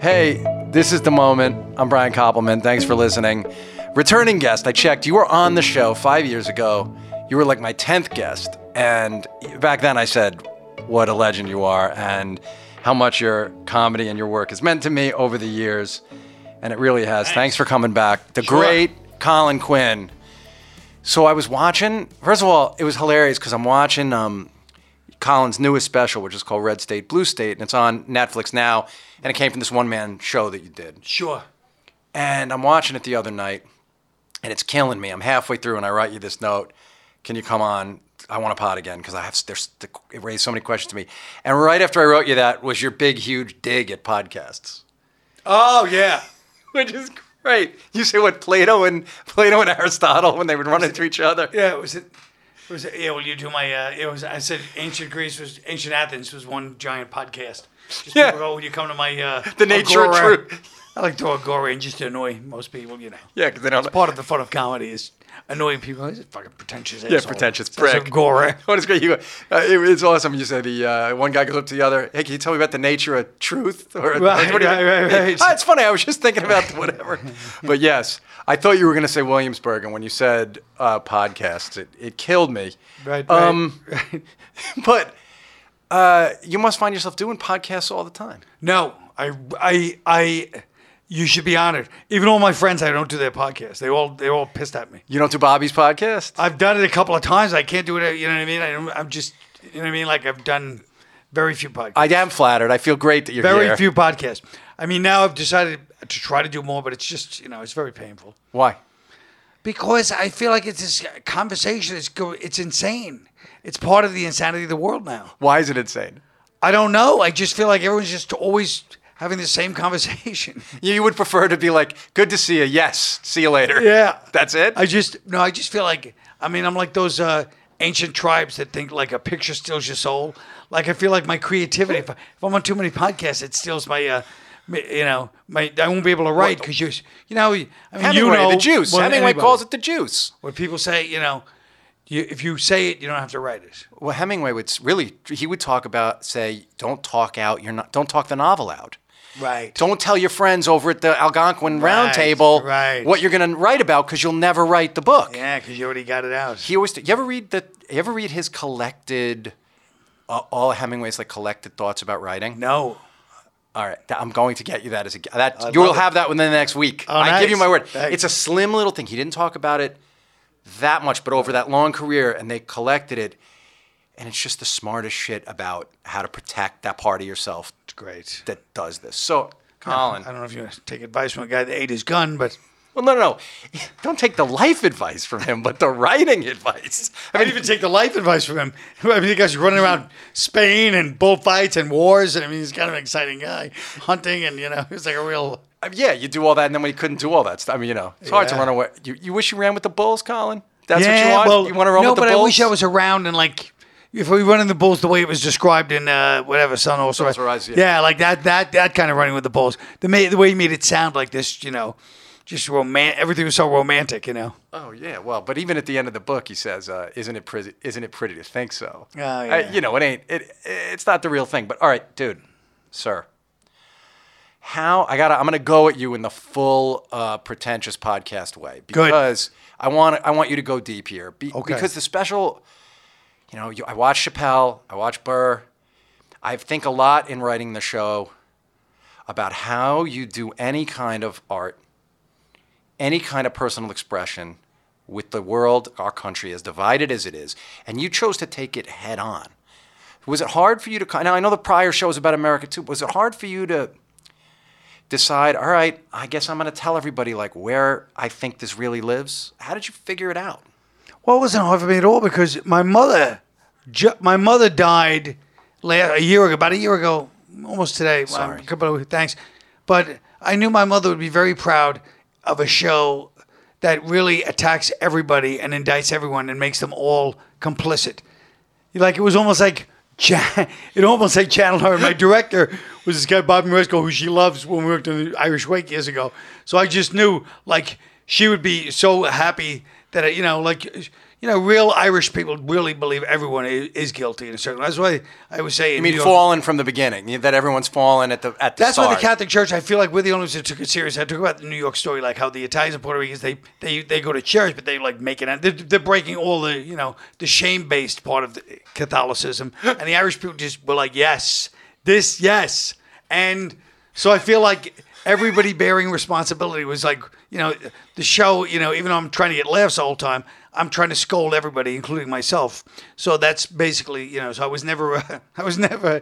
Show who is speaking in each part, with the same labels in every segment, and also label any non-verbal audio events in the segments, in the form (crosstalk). Speaker 1: Hey, this is the moment. I'm Brian Koppelman. Thanks for listening. Returning guest, I checked. You were on the show five years ago. You were like my 10th guest. And back then I said, what a legend you are and how much your comedy and your work has meant to me over the years. And it really has. Thanks, for coming back. The great Colin Quinn. So I was watching, first of all, it was hilarious because I'm watching um, Colin's newest special, which is called Red State, Blue State, and it's on Netflix now. And it came from this one man show that you did.
Speaker 2: Sure.
Speaker 1: And I'm watching it the other night, and it's killing me. I'm halfway through, and I write you this note: "Can you come on? I want to pod again because I have there's it raised so many questions to me." And right after I wrote you that was your big, huge dig at podcasts,
Speaker 2: Oh
Speaker 1: (laughs)
Speaker 2: yeah.
Speaker 1: which is great. You say what Plato and Plato and Aristotle when they would run into each other.
Speaker 2: Yeah. Was it? Was it? Yeah. Will you do my? Uh, it was. I said ancient Greece was ancient Athens was one giant podcast. Just
Speaker 1: Yeah.
Speaker 2: people go, will you come to my? Uh,
Speaker 1: (laughs) The nature of
Speaker 2: agora?"
Speaker 1: truth.
Speaker 2: I like to agora and just annoy most people. You know.
Speaker 1: Yeah, because they don't.
Speaker 2: Part of the fun of comedy is annoying people. He's a fucking pretentious.
Speaker 1: Yeah, pretentious prick.
Speaker 2: Gore.
Speaker 1: (laughs) What is great? You, go, uh, it, it's awesome. You say the uh, one guy goes up to the other. Hey, can you tell me about the nature of truth? (laughs) Or
Speaker 2: Right,
Speaker 1: what do you- (laughs)
Speaker 2: right, right, right.
Speaker 1: Ah, it's funny. I was just thinking about whatever.
Speaker 2: (laughs)
Speaker 1: but yes, I thought you were going to say Williamsburg, and when you said uh, podcasts, it, it killed me.
Speaker 2: Right. right. (laughs)
Speaker 1: Um, but uh, you must find yourself doing podcasts all the time.
Speaker 2: No, I, I, I. You should be honored. Even all my friends, I don't do their podcast. They all, they all pissed at me.
Speaker 1: You don't do Bobby's podcast.
Speaker 2: I've done it a couple of times. I can't do it. You know what I mean? I don't, I'm just, you know what I mean? Like I've done very few podcasts.
Speaker 1: I am flattered. I feel great that you're
Speaker 2: very
Speaker 1: here.
Speaker 2: few podcasts. I mean, now I've decided to try to do more, but it's just, you know, it's very painful
Speaker 1: Why?
Speaker 2: because I feel like it's this conversation. It's go. It's insane. It's part of the insanity of the world now.
Speaker 1: Why is it insane?
Speaker 2: I don't know. I just feel like everyone's just always having the same (laughs) conversation.
Speaker 1: You would prefer to be like, "Good to see you." Yes. See you later.
Speaker 2: Yeah.
Speaker 1: That's it.
Speaker 2: I just no, I just feel like I mean I'm like those uh, ancient tribes that think like a picture steals your soul. Like I feel like my creativity. If, I, if I'm on too many podcasts, it steals my. Uh, my- you know, my I won't be able to write because you, you know, I mean, you
Speaker 1: Hemingway,
Speaker 2: know
Speaker 1: the juice.
Speaker 2: more than
Speaker 1: Hemingway
Speaker 2: anybody.
Speaker 1: calls it the juice.
Speaker 2: When people say, you know, you, if you say it, you don't have to write it.
Speaker 1: Well, Hemingway would s- really he would talk about say, don't talk out your no- don't talk the novel out.
Speaker 2: Right.
Speaker 1: Don't tell your friends over at the Algonquin Round
Speaker 2: Right,
Speaker 1: Table
Speaker 2: right.
Speaker 1: what you're going to write about because you'll never write the book.
Speaker 2: Yeah, because you already got it out.
Speaker 1: He always you ever read the you ever read his collected uh, all Hemingway's like collected thoughts about writing?
Speaker 2: no.
Speaker 1: All right, th- I'm going to get you that as a g- that you will
Speaker 2: love it. Oh,
Speaker 1: have that within the next week. I give
Speaker 2: nice.
Speaker 1: you my word.
Speaker 2: Thanks.
Speaker 1: It's a slim little thing. He didn't talk about it that much, but over that long career, and they collected it, and it's just the smartest shit about how to protect that part of yourself
Speaker 2: It's great.
Speaker 1: that does this.
Speaker 2: (laughs)
Speaker 1: So, Colin,
Speaker 2: I don't know if you take advice from a guy that ate his gun, but
Speaker 1: well, no, no, no, don't take the life advice from him, but the writing advice. I
Speaker 2: I
Speaker 1: mean,
Speaker 2: didn't even take the life advice from him. (laughs) I mean, the guy's running around Spain and bullfights and wars. And I mean, he's kind of an exciting guy, hunting and you know, (laughs) he's like a real.
Speaker 1: I mean, yeah, you do all that, and then when he couldn't do all that stuff, I mean, you know, it's hard to
Speaker 2: Yeah.
Speaker 1: run away. You, you wish you ran with the bulls, Colin. That's what you want. you want to run
Speaker 2: no,
Speaker 1: with the
Speaker 2: but
Speaker 1: bulls?
Speaker 2: I wish I was around and like. If we run in the bulls the way it was described in uh, whatever Sun also
Speaker 1: Also Rise, yeah.
Speaker 2: yeah. like that that that kind of running with the bulls. The ma- the way he made it sound like this, you know, just roman Everything was so romantic, you know.
Speaker 1: Oh yeah, well, but even at the end of the book, he says, uh, "Isn't it pretty? Isn't it pretty to think so?"
Speaker 2: Oh,
Speaker 1: I-
Speaker 2: yeah.
Speaker 1: you know, it ain't. It it's not the real thing. But all right, dude, sir, how I gotta? I'm gonna go at you in the full uh, pretentious podcast way because I want I want you to go deep here. Be,
Speaker 2: Okay.
Speaker 1: Because the special, you know, you, I watch Chappelle, I watch Burr. I think a lot in writing the show about how you do any kind of art any kind of personal expression with the world, our country, as divided as it is, and you chose to take it head on. Was it hard for you to? ki- Now I know the prior show was about America too. Was it hard for you to decide? All right, I guess I'm going to tell everybody like where I think this really lives. How did you figure it out?
Speaker 2: Well, it wasn't hard for me at all because my mother, ju- my mother died la- a year ago, about a year ago, almost today.
Speaker 1: Sorry.
Speaker 2: Um, couple of- thanks. But I knew my mother would be very proud of a show that really attacks everybody and indicts everyone and makes them all complicit. Like it was almost like cha- (laughs) it almost like channeled her. My director was this guy Bob Marisco, who she loves when we worked in the Irish Wake years ago. So I just knew like she would be so happy that you know like you know, real Irish people really believe everyone i- is guilty in a certain. That's why I was saying.
Speaker 1: I mean, fallen from the beginning. That everyone's fallen at the at the
Speaker 2: That's why the
Speaker 1: start.
Speaker 2: Catholic Church. I feel like we're the only ones that took it serious. I talk about the New York story, like how the Italians and Puerto Ricans they they, they go to church, but they like make it. out- They're, they're breaking all the you know the shame based part of the Catholicism, and the Irish people just were like, yes, this, yes, and so I feel like everybody bearing responsibility was like you know the show. You know, even though I'm trying to get laughs all the time, I'm trying to scold everybody, including myself. So that's basically you know. So I was never (laughs) I was never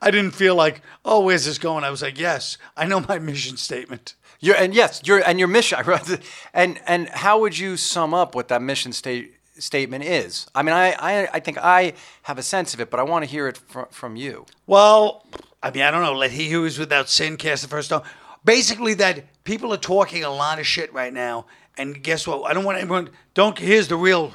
Speaker 2: I didn't feel like, oh, where's this going? I was like, yes, I know my mission statement.
Speaker 1: Your and yes, your and your mission. (laughs) I wrote- And and how would you sum up what that mission state, statement is? I mean, I, I I think I have a sense of it, but I want to hear it fr- from you.
Speaker 2: Well, I mean, I don't know. Let he who is without sin cast the first stone. Basically, that people are talking a lot of shit right now. And guess what? I don't want anyone. Don't. Here's the real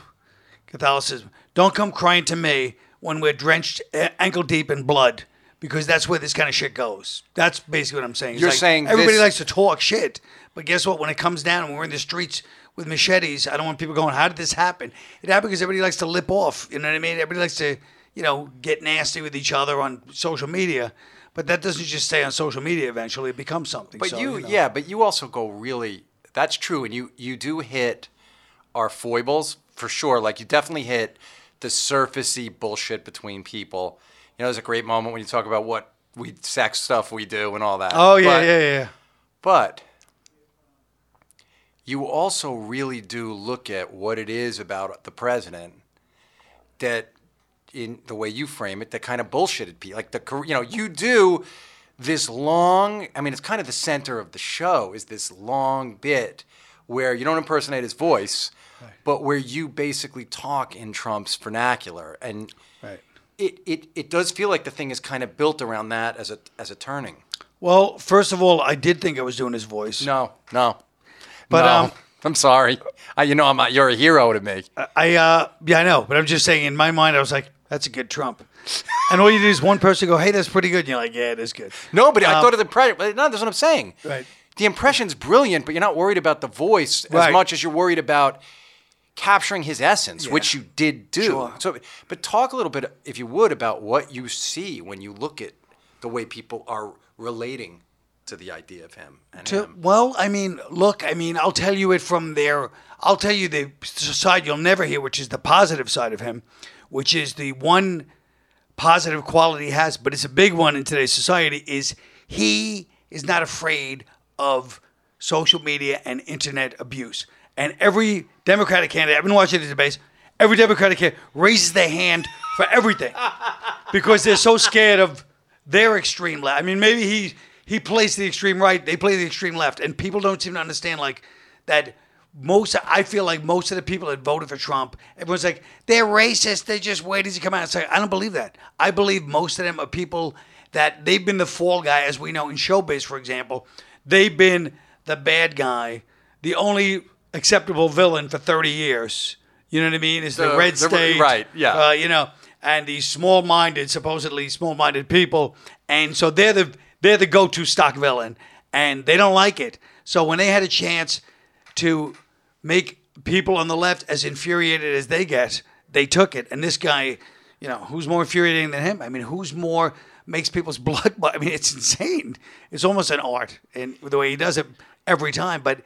Speaker 2: Catholicism. Don't come crying to me when we're drenched a- ankle deep in blood, because that's where this kind of shit goes. That's basically what I'm saying. It's
Speaker 1: You're
Speaker 2: like,
Speaker 1: saying
Speaker 2: everybody
Speaker 1: this-
Speaker 2: likes to talk shit, but guess what? When it comes down, when we're in the streets with machetes, I don't want people going, "How did this happen?" It happened because everybody likes to lip off. You know what I mean? Everybody likes to, you know, get nasty with each other on social media, but that doesn't just stay on social media. Eventually, it becomes something.
Speaker 1: But
Speaker 2: So,
Speaker 1: you,
Speaker 2: know.
Speaker 1: yeah, but you also go really. That's true, and you you do hit our foibles for sure. Like you definitely hit the surfacey bullshit between people. You know, there's a great moment when you talk about what we sex stuff we do and all that.
Speaker 2: Oh yeah,
Speaker 1: But-
Speaker 2: yeah, yeah.
Speaker 1: But you also really do look at what it is about the president that, in the way you frame it, that kind of bullshitted people. Like the, Kor- you know, you do this long. I mean, it's kind of the center of the show is this long bit where you don't impersonate his voice, but where you basically talk in Trump's vernacular, and
Speaker 2: Right.
Speaker 1: it, it it does feel like the thing is kind of built around that as a as a turning.
Speaker 2: Well, first of all, I did think I was doing his voice.
Speaker 1: No, no.
Speaker 2: But,
Speaker 1: No.
Speaker 2: um,
Speaker 1: (laughs) I'm sorry. I, you know, I'm a, you're a hero to me.
Speaker 2: I uh, yeah, I know, but I'm just saying. In my mind, I was like, "That's a good Trump," and all you do is one person go, "Hey, that's pretty good," and you're like, "Yeah, it is good."
Speaker 1: no, but I thought of the impression. but No, that's what I'm saying.
Speaker 2: um, Right.
Speaker 1: The impression's brilliant, but you're not worried about the voice as
Speaker 2: Right.
Speaker 1: much as you're worried about capturing his essence, which you did do.
Speaker 2: Sure.
Speaker 1: So, but talk a little bit, if you would, about what you see when you look at the way people are relating to the idea of him and
Speaker 2: To-
Speaker 1: him.
Speaker 2: well, I mean, look, I mean, I'll tell you it from there. I'll tell you the s- side you'll never hear, which is the positive side of him, which is the one positive quality he has, but it's a big one in today's society. Is he is not afraid of social media and internet abuse. And every Democratic candidate, I've been watching the debates. Every Democratic candidate raises their hand for everything. because they're so scared of their extreme left. I mean, maybe he he plays the extreme right, they play the extreme left, and people don't seem to understand like that. Most I feel like most of the people that voted for Trump, everyone's like they're racist. They just wait as he come out. It's like I don't believe that. I believe most of them are people that they've been the fall guy, as we know in showbiz, for example. They've been the bad guy, the only acceptable villain for thirty years. You know what I mean? Is the,
Speaker 1: The-
Speaker 2: red
Speaker 1: the-
Speaker 2: state,
Speaker 1: right, yeah.
Speaker 2: uh, you know, and these small-minded, supposedly small-minded people, and so they're the they're the go-to stock villain, and they don't like it. So when they had a chance to make people on the left as infuriated as they get, they took it. And this guy, you know, who's more infuriating than him? I mean, who's more makes people's (laughs) blood? I mean, it's insane. It's almost an art, and the way he does it every time. But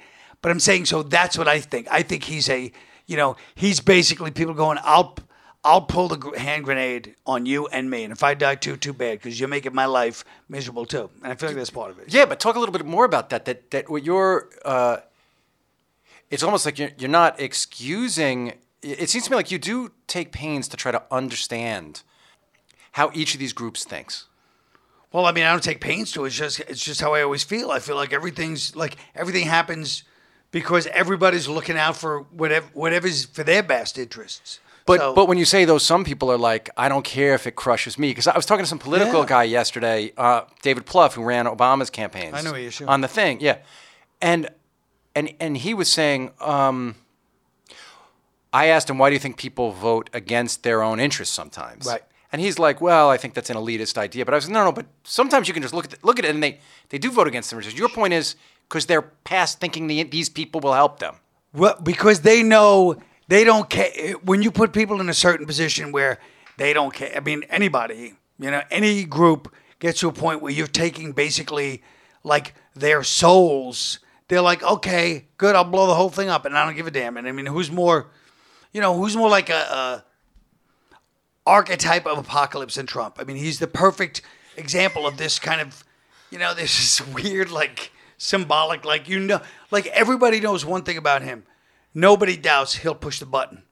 Speaker 2: but I'm saying so. That's what I think. I think he's a you know he's basically people going I'll I'll pull the gr- hand grenade on you and me, and if I die too, too bad, because you're making my life miserable too. And I feel like that's part of it.
Speaker 1: Yeah, but talk a little bit more about that. That that what you're, uh, it's almost like you're, you're not excusing. It it seems to me like you do take pains to try to understand how each of these groups thinks.
Speaker 2: Well, I mean, I don't take pains to. it. It's just it's just how I always feel. I feel like everything's like everything happens because everybody's looking out for whatever whatever's for their best interests.
Speaker 1: But
Speaker 2: So-
Speaker 1: but when you say though, some people are like, I don't care if it crushes me, because I was talking to some political
Speaker 2: Yeah.
Speaker 1: guy yesterday, uh, David Pluff, who ran Obama's campaigns.
Speaker 2: I know who you're sure.
Speaker 1: on the thing, yeah, and and and he was saying, um, I asked him, why do you think people vote against their own interests sometimes?
Speaker 2: Right.
Speaker 1: And he's like, well, I think that's an elitist idea. But I was like, no, no, but sometimes you can just look at the, look at it and they, they do vote against their interests. Your point is because they're past thinking the, these people will help them.
Speaker 2: Well, because they know They don't care when you put people in a certain position where they don't care. I mean, anybody, you know, any group gets to a point where you're taking basically like their souls. They're like, okay, good, I'll blow the whole thing up, and I don't give a damn. And I mean, who's more, you know, who's more like a, a archetype of apocalypse than Trump? I mean, he's the perfect example of this kind of, you know, this is (laughs) weird, like symbolic, like you know, like everybody knows one thing about him. Nobody doubts he'll push the button.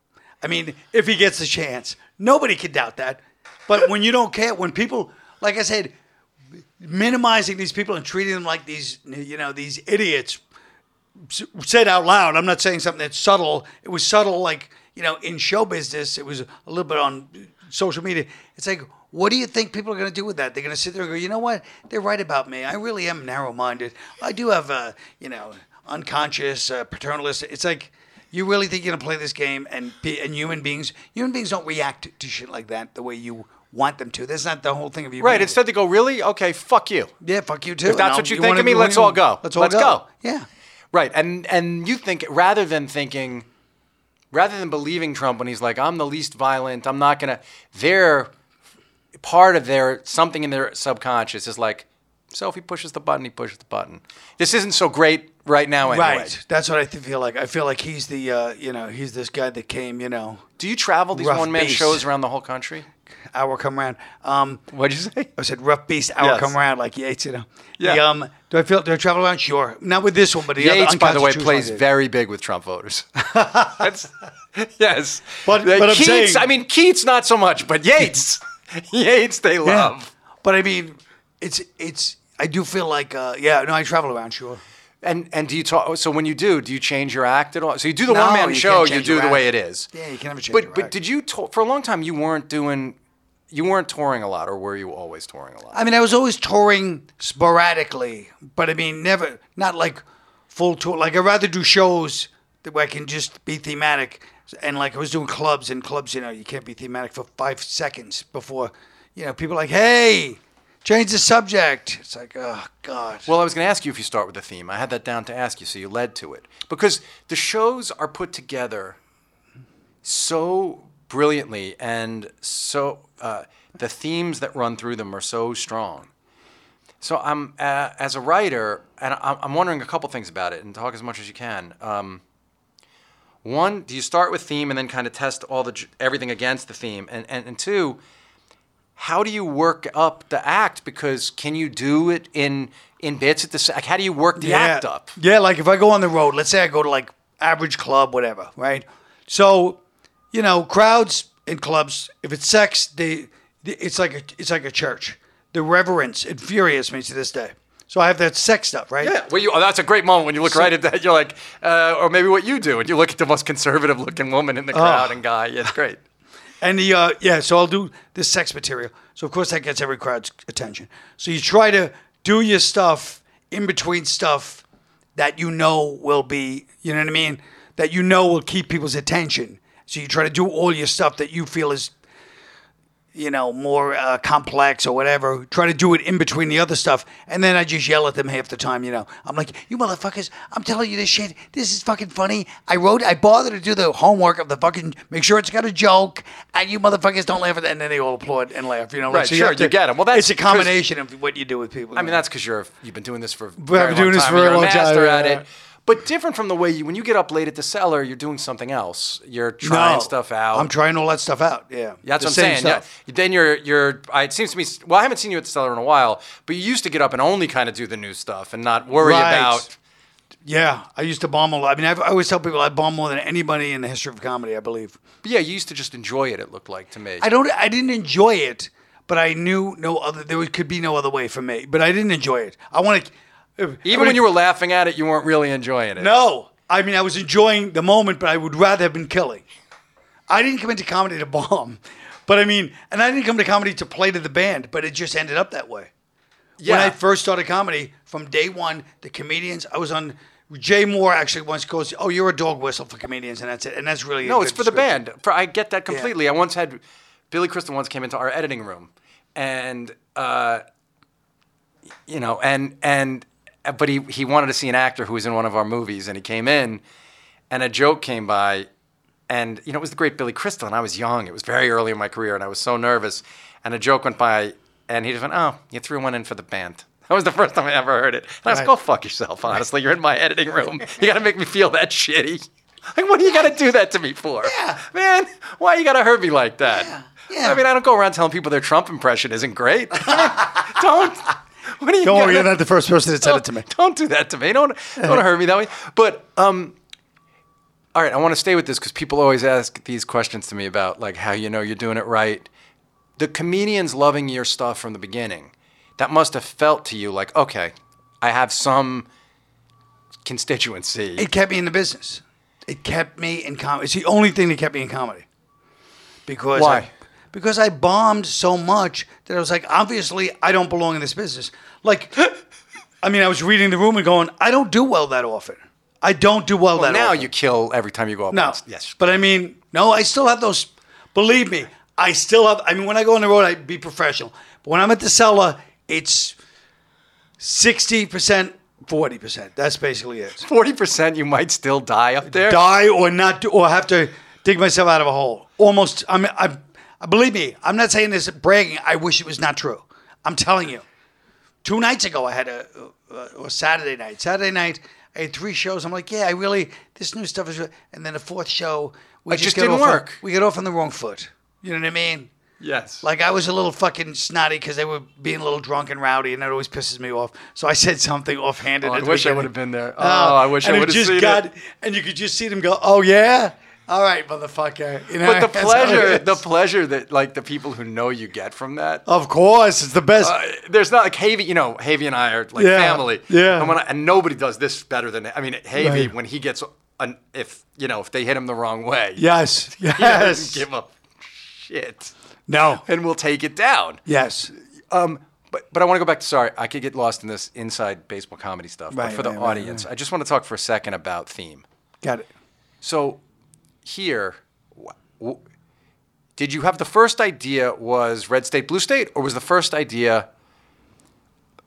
Speaker 2: I mean, if he gets the chance, nobody can doubt that. But when you don't care, when people, like I said, minimizing these people and treating them like these, you know, these idiots s- said out loud. I'm not saying something that's subtle. It was subtle, like, you know, in show business, it was a little bit on social media. It's like, what do you think people are going to do with that? They're going to sit there and go, you know what? They're right about me. I really am narrow minded. I do have, uh, you know, unconscious, uh, paternalist. It's like, you really think you're going to play this game and be, and human beings, human beings don't react to shit like that the way you want them to. That's not the whole thing of you.
Speaker 1: Right. Instead, they go, really? Okay, fuck you.
Speaker 2: Yeah, fuck you too.
Speaker 1: that's
Speaker 2: And
Speaker 1: what you
Speaker 2: I'll-
Speaker 1: think
Speaker 2: wanna
Speaker 1: of me,
Speaker 2: be- what
Speaker 1: let's
Speaker 2: do you-
Speaker 1: all go.
Speaker 2: Let's all
Speaker 1: Let's
Speaker 2: go.
Speaker 1: go.
Speaker 2: Yeah.
Speaker 1: Right. And and you think rather than thinking rather than believing Trump when he's like, I'm the least violent, I'm not gonna they're part of their something in their subconscious is like, so if he pushes the button, he pushes the button. This isn't so great right now anyway.
Speaker 2: Right. That's what I th- feel like. I feel like he's the uh, you know he's this guy that came you know
Speaker 1: Do you travel these
Speaker 2: Rough
Speaker 1: one man
Speaker 2: beast.
Speaker 1: shows around the whole country?
Speaker 2: hour come round. Um,
Speaker 1: What'd you say?
Speaker 2: I said rough beast hour
Speaker 1: Yes.
Speaker 2: come around like Yates you know.
Speaker 1: Yeah.
Speaker 2: The, um, do I feel do I travel around? Sure. Not with this one, but the
Speaker 1: Yates,
Speaker 2: other
Speaker 1: by the way,
Speaker 2: unconstitutional
Speaker 1: plays
Speaker 2: one.
Speaker 1: very big with Trump voters.
Speaker 2: (laughs)
Speaker 1: That's, yes,
Speaker 2: But-
Speaker 1: Uh,
Speaker 2: but I'm
Speaker 1: Keats.
Speaker 2: saying-
Speaker 1: I mean, Keats not so much, but
Speaker 2: (laughs)
Speaker 1: Yates, Yates, they
Speaker 2: Yeah.
Speaker 1: love.
Speaker 2: But I mean, it's it's. I do feel like uh, yeah. No, I travel around. Sure.
Speaker 1: And and do you talk? oh, So when you do, do you change your act at all? So you do the
Speaker 2: No,
Speaker 1: one man
Speaker 2: you
Speaker 1: show,
Speaker 2: can't
Speaker 1: you
Speaker 2: change
Speaker 1: do
Speaker 2: your
Speaker 1: the way it
Speaker 2: act.
Speaker 1: is.
Speaker 2: Yeah, you can never change.
Speaker 1: But
Speaker 2: your
Speaker 1: but
Speaker 2: act.
Speaker 1: did you to- for a long time you weren't doing, you weren't touring a lot, or were you always touring a lot?
Speaker 2: I mean, I was always touring sporadically, but I mean, never, not like full tour. Like, I'd rather do shows that where I can just be thematic. And like, I was doing clubs, and clubs, you know, you can't be thematic for five seconds before, you know, people are like, hey, change the subject. It's like, oh, God.
Speaker 1: Well, I was going to ask you if you start with a theme. I had that down to ask you, so you led to it. Because the shows are put together so brilliantly and so uh, the themes that run through them are so strong. So I'm uh, as a writer, and I'm, I'm wondering a couple things about it, and talk as much as you can. Um, one, do you start with theme and then kind of test all the j- everything against the theme? And and, and two, how do you work up the act? Because can you do it in in bits at the s- like? How do you work the act up?
Speaker 2: Yeah, like if I go on the road, let's say I go to like average club, whatever, right? So, you know, crowds in clubs, if it's sex, they th- it's like a it's like a church. The reverence infuriates me to this day. So I have that sex stuff, right?
Speaker 1: Yeah, well, you, oh, that's a great moment when you look right at that. You're like, uh, or maybe what you do, and you look at the most conservative looking woman in the crowd and guy. Yeah, it's great.
Speaker 2: And the uh, yeah, so I'll do this sex material. So of course that gets every crowd's attention. So you try to do your stuff in between stuff that you know will be, you know what I mean, that you know will keep people's attention. So you try to do all your stuff that you feel is, you know, more uh, complex or whatever. Try to do it in between the other stuff, and then I just yell at them half the time. You know, I'm like, you motherfuckers! I'm telling you this shit. This is fucking funny. I wrote. I bothered to do the homework of the fucking. Make sure it's got a joke, and you motherfuckers don't laugh at that. And then they all applaud and laugh. You know, like,
Speaker 1: Right,
Speaker 2: so
Speaker 1: sure,
Speaker 2: have to-
Speaker 1: you get 'em. Well, that's
Speaker 2: it's a
Speaker 1: 'cause-
Speaker 2: combination of what you do with people.
Speaker 1: I mean, that's because you're you've been doing this for a
Speaker 2: I've
Speaker 1: very
Speaker 2: been doing
Speaker 1: long
Speaker 2: this
Speaker 1: time.
Speaker 2: for a
Speaker 1: and you're
Speaker 2: long
Speaker 1: a
Speaker 2: time,
Speaker 1: master
Speaker 2: yeah,
Speaker 1: at
Speaker 2: yeah.
Speaker 1: it. But different from the way you when you get up late at the cellar, you're doing something else. You're trying stuff out.
Speaker 2: I'm trying all that stuff out. Yeah,
Speaker 1: That's what
Speaker 2: The
Speaker 1: I'm
Speaker 2: same
Speaker 1: saying.
Speaker 2: stuff.
Speaker 1: Yeah. Then you're you're. I, it seems to me. Well, I haven't seen you at the cellar in a while, but you used to get up and only kind of do the new stuff and not worry
Speaker 2: Right.
Speaker 1: about.
Speaker 2: Yeah, I used to bomb a lot. I mean, I've, I always tell people I bomb more than anybody in the history of comedy. I believe.
Speaker 1: But yeah, you used to just enjoy it. It looked like to me.
Speaker 2: I don't. I didn't enjoy it, but I knew no other. There was- could be no other way for me. But I didn't enjoy it. I want to.
Speaker 1: Even when you were laughing at it, you weren't really enjoying it.
Speaker 2: No, I mean I was enjoying the moment, but I would rather have been killing. I didn't come into comedy to bomb, but I mean, and I didn't come to comedy to play to the band. But it just ended up that way.
Speaker 1: Yeah.
Speaker 2: When I first started comedy, from day one, the comedians I was on. Jay Moore actually once goes, "Oh, you're a dog whistle for comedians," and that's it. And that's really a
Speaker 1: No, it's
Speaker 2: good
Speaker 1: for the
Speaker 2: description.
Speaker 1: band. For, I get that completely. I once had Billy Crystal once came into our editing room, and uh, you know, and and but he he wanted to see an actor who was in one of our movies, and he came in, and a joke came by, And, you know, it was the great Billy Crystal, and I was young. It was very early in my career, and I was so nervous. And a joke went by, and he just went, Oh, you threw one in for the band. (laughs) That was the first time I ever heard it. And I was
Speaker 2: Right.
Speaker 1: Go fuck yourself, honestly. You're in my editing room. You got to make me feel that shitty. (laughs) Like, what do you got to do that to me for?
Speaker 2: Yeah.
Speaker 1: Man, why you got to hurt me like that?
Speaker 2: Yeah.
Speaker 1: I mean, I don't go around telling people their Trump impression isn't great. (laughs) don't. What do you
Speaker 2: Don't
Speaker 1: gotta-
Speaker 2: worry, you're not the first person that said it to me.
Speaker 1: don't do that to me. Don't don't hurt me that way. But um, all right, I want to stay with this because people always ask these questions to me about like how you know you're doing it right. The comedians loving your stuff from the beginning, that must have felt to you like okay, I have some constituency.
Speaker 2: It kept me in the business. It kept me in comedy. It's the only thing that kept me in comedy. Because
Speaker 1: Why?
Speaker 2: I, because I bombed so much that I was like, obviously, I don't belong in this business.
Speaker 1: (laughs)
Speaker 2: Like, I mean, I was reading the room and going, I don't do well that often. I don't do well, that
Speaker 1: now
Speaker 2: often.
Speaker 1: you kill every time you go up.
Speaker 2: No.
Speaker 1: on st- Yes.
Speaker 2: But I mean, no, I still have those. Believe me, I still have. I mean, when I go on the road, I be professional. But when I'm at the cellar, it's 60%, 40%. That's basically it.
Speaker 1: Forty percent, you might still die up there.
Speaker 2: Die or not, do, or have to dig myself out of a hole. Almost. I'm, I'm, believe me, I'm not saying this bragging. I wish it was not true. I'm telling you. Two nights ago, I had a, uh, or Saturday night. Saturday night, I had three shows. I'm like, yeah, I really, this new stuff is, re-. and then the fourth show, we
Speaker 1: It just
Speaker 2: got
Speaker 1: didn't
Speaker 2: off on-
Speaker 1: work.
Speaker 2: we got off on the wrong foot. You know what I mean?
Speaker 1: Yes.
Speaker 2: Like I was a little fucking snotty because they were being a little drunk and rowdy, and that always pisses me off. So I said something offhanded.
Speaker 1: Oh, I
Speaker 2: at the
Speaker 1: wish I
Speaker 2: beginning.
Speaker 1: would have been there. Oh,
Speaker 2: Uh,
Speaker 1: I wish I
Speaker 2: and it
Speaker 1: would have
Speaker 2: just
Speaker 1: seen
Speaker 2: got-
Speaker 1: it.
Speaker 2: And you could just see them go, "Oh yeah, all right, motherfucker." You know,
Speaker 1: But the
Speaker 2: (laughs) that's how it
Speaker 1: pleasure, the
Speaker 2: is.
Speaker 1: pleasure that like the people who know you get from that.
Speaker 2: of course, it's the best.
Speaker 1: Uh, there's not like Havy, you know, Havy and I are like
Speaker 2: Yeah,
Speaker 1: family.
Speaker 2: yeah.
Speaker 1: And, when I, and nobody does this better than I mean, Havy
Speaker 2: Right.
Speaker 1: when he gets an if you know if they hit him the wrong way,
Speaker 2: yes,
Speaker 1: he doesn't
Speaker 2: yes,
Speaker 1: give a shit, (laughs)
Speaker 2: no,
Speaker 1: and we'll take it down.
Speaker 2: yes,
Speaker 1: Um, but but I want to go back to sorry, I could get lost in this inside baseball comedy stuff. but
Speaker 2: Right,
Speaker 1: for
Speaker 2: right,
Speaker 1: the
Speaker 2: right,
Speaker 1: audience, I just want to talk for a second about theme.
Speaker 2: got it.
Speaker 1: So here, wh- wh- did you have the first idea was red state, blue state, or was the first idea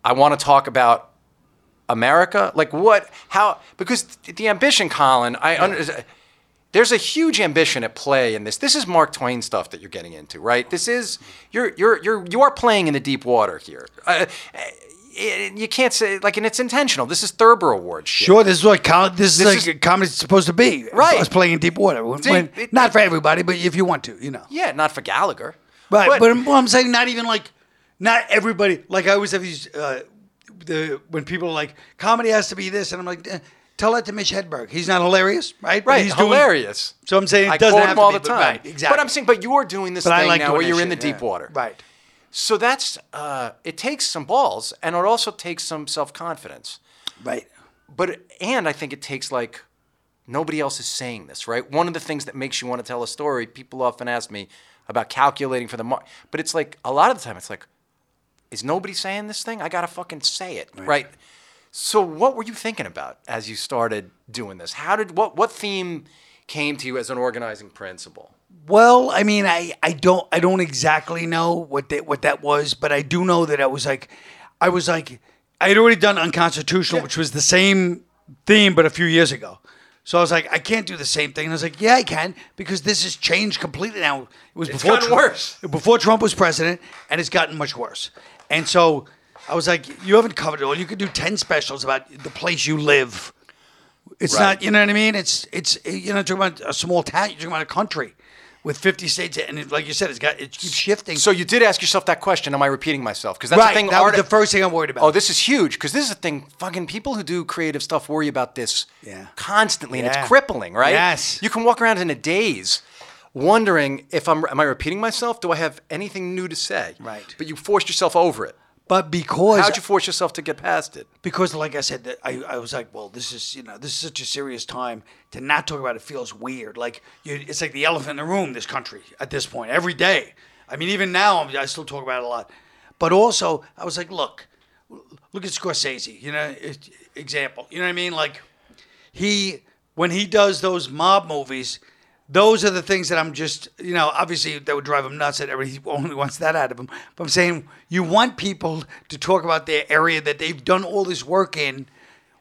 Speaker 1: I want to talk about America? Like what? How? Because th- the ambition, Colin, I under, there's a huge ambition at play in this. This is Mark Twain stuff that you're getting into, right? This is you're you're you're you are playing in the deep water here. Uh, uh, it- you can't say like, and it's intentional. This is Thurber Award shit.
Speaker 2: Sure, this is what com- this,
Speaker 1: This
Speaker 2: is like
Speaker 1: is-
Speaker 2: comedy's supposed to be.
Speaker 1: Right.
Speaker 2: it's playing in deep water. When-
Speaker 1: Deep-
Speaker 2: when-
Speaker 1: it-
Speaker 2: not for everybody, but if you want to, you know.
Speaker 1: Yeah, not for Gallagher.
Speaker 2: Right, but, I'm, well, I'm saying not even like, not everybody. Like I always have these, uh, the when people are like comedy has to be this, and I'm like, eh, tell that to Mitch Hedberg. He's not hilarious, right? But
Speaker 1: Right,
Speaker 2: he's doing-
Speaker 1: hilarious.
Speaker 2: so I'm saying it
Speaker 1: I
Speaker 2: doesn't
Speaker 1: quote him
Speaker 2: have to
Speaker 1: all
Speaker 2: be,
Speaker 1: the
Speaker 2: but
Speaker 1: time.
Speaker 2: right, exactly.
Speaker 1: But I'm saying, but you're doing this
Speaker 2: But
Speaker 1: thing
Speaker 2: I like
Speaker 1: now
Speaker 2: doing
Speaker 1: where
Speaker 2: that
Speaker 1: you're in the
Speaker 2: shit,
Speaker 1: deep
Speaker 2: yeah.
Speaker 1: water.
Speaker 2: Right.
Speaker 1: So that's uh, it takes some balls, and it also takes some self confidence.
Speaker 2: Right.
Speaker 1: But and I think it takes like nobody else is saying this, right? One of the things that makes you want to tell a story, people often ask me about calculating for the mark, but it's like a lot of the time it's like, is nobody saying this thing? I gotta fucking say it, right? So what were you thinking about as you started doing this? How did what what theme came to you as an organizing principle?
Speaker 2: Well, I mean, I, I don't I don't exactly know what that what that was, but I do know that I was like, I was like, I had already done unconstitutional, which was the same theme but a few years ago. So I was like, I can't do the same thing. And I was like, Yeah, I can because this has changed completely now. It was before
Speaker 1: gotten
Speaker 2: Trump,
Speaker 1: worse.
Speaker 2: Before Trump was president, and it's gotten much worse. And so I was like, You haven't covered it all. You could do ten specials about the place you live. It's
Speaker 1: Right.
Speaker 2: not, you know what I mean? It's, it's, you're not talking about a small town. You're talking about a country with 50 states. And it, like you said, it's got, it keeps shifting.
Speaker 1: So you did ask yourself that question, am I repeating myself? Because that's
Speaker 2: right.
Speaker 1: the thing
Speaker 2: that was
Speaker 1: arti-
Speaker 2: the first thing I'm worried about.
Speaker 1: Oh, this is huge because this is a thing. Fucking people who do creative stuff worry about this
Speaker 2: Yeah.
Speaker 1: constantly, and
Speaker 2: Yeah.
Speaker 1: it's crippling, right?
Speaker 2: Yes.
Speaker 1: You can walk around in a daze, wondering if I'm am I repeating myself? Do I have anything new to say?
Speaker 2: Right.
Speaker 1: But you forced yourself over it.
Speaker 2: but because,
Speaker 1: How'd you force yourself to get past it?
Speaker 2: because like I said, that I, I was like, well, this is, you know, this is such a serious time to not talk about it feels weird. Like you, it's like the elephant in the room, this country at this point, every day. I mean, even now I'm, I still talk about it a lot, but also I was like, look, look at Scorsese, you know, it, example, you know what I mean? Like, he when he does those mob movies, those are the things that I'm just you know obviously that would drive him nuts. That everybody (laughs) only wants that out of him. But I'm saying you want people to talk about their area that they've done all this work in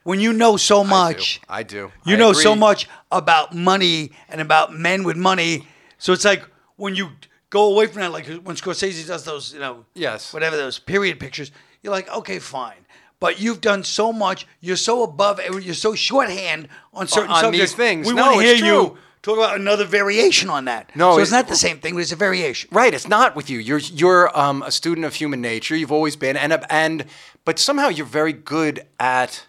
Speaker 2: when you know so much.
Speaker 1: I do.
Speaker 2: You
Speaker 1: I
Speaker 2: know so
Speaker 1: agree.
Speaker 2: much about money and about men with money. So it's like when you go away from that, like when Scorsese does those, you know,
Speaker 1: Yes.
Speaker 2: whatever those period pictures, you're like, okay, fine. But you've done so much. You're so above. every- You're so shorthand on certain
Speaker 1: on these
Speaker 2: subjects.
Speaker 1: things.
Speaker 2: We
Speaker 1: No,
Speaker 2: want to hear
Speaker 1: it's
Speaker 2: you
Speaker 1: true.
Speaker 2: talk about another variation on that.
Speaker 1: No,
Speaker 2: so it's,
Speaker 1: it's-
Speaker 2: not the same thing, but it's a variation.
Speaker 1: Right, it's not with you. You're you're um, a student of human nature. You've always been, and and but somehow you're very good at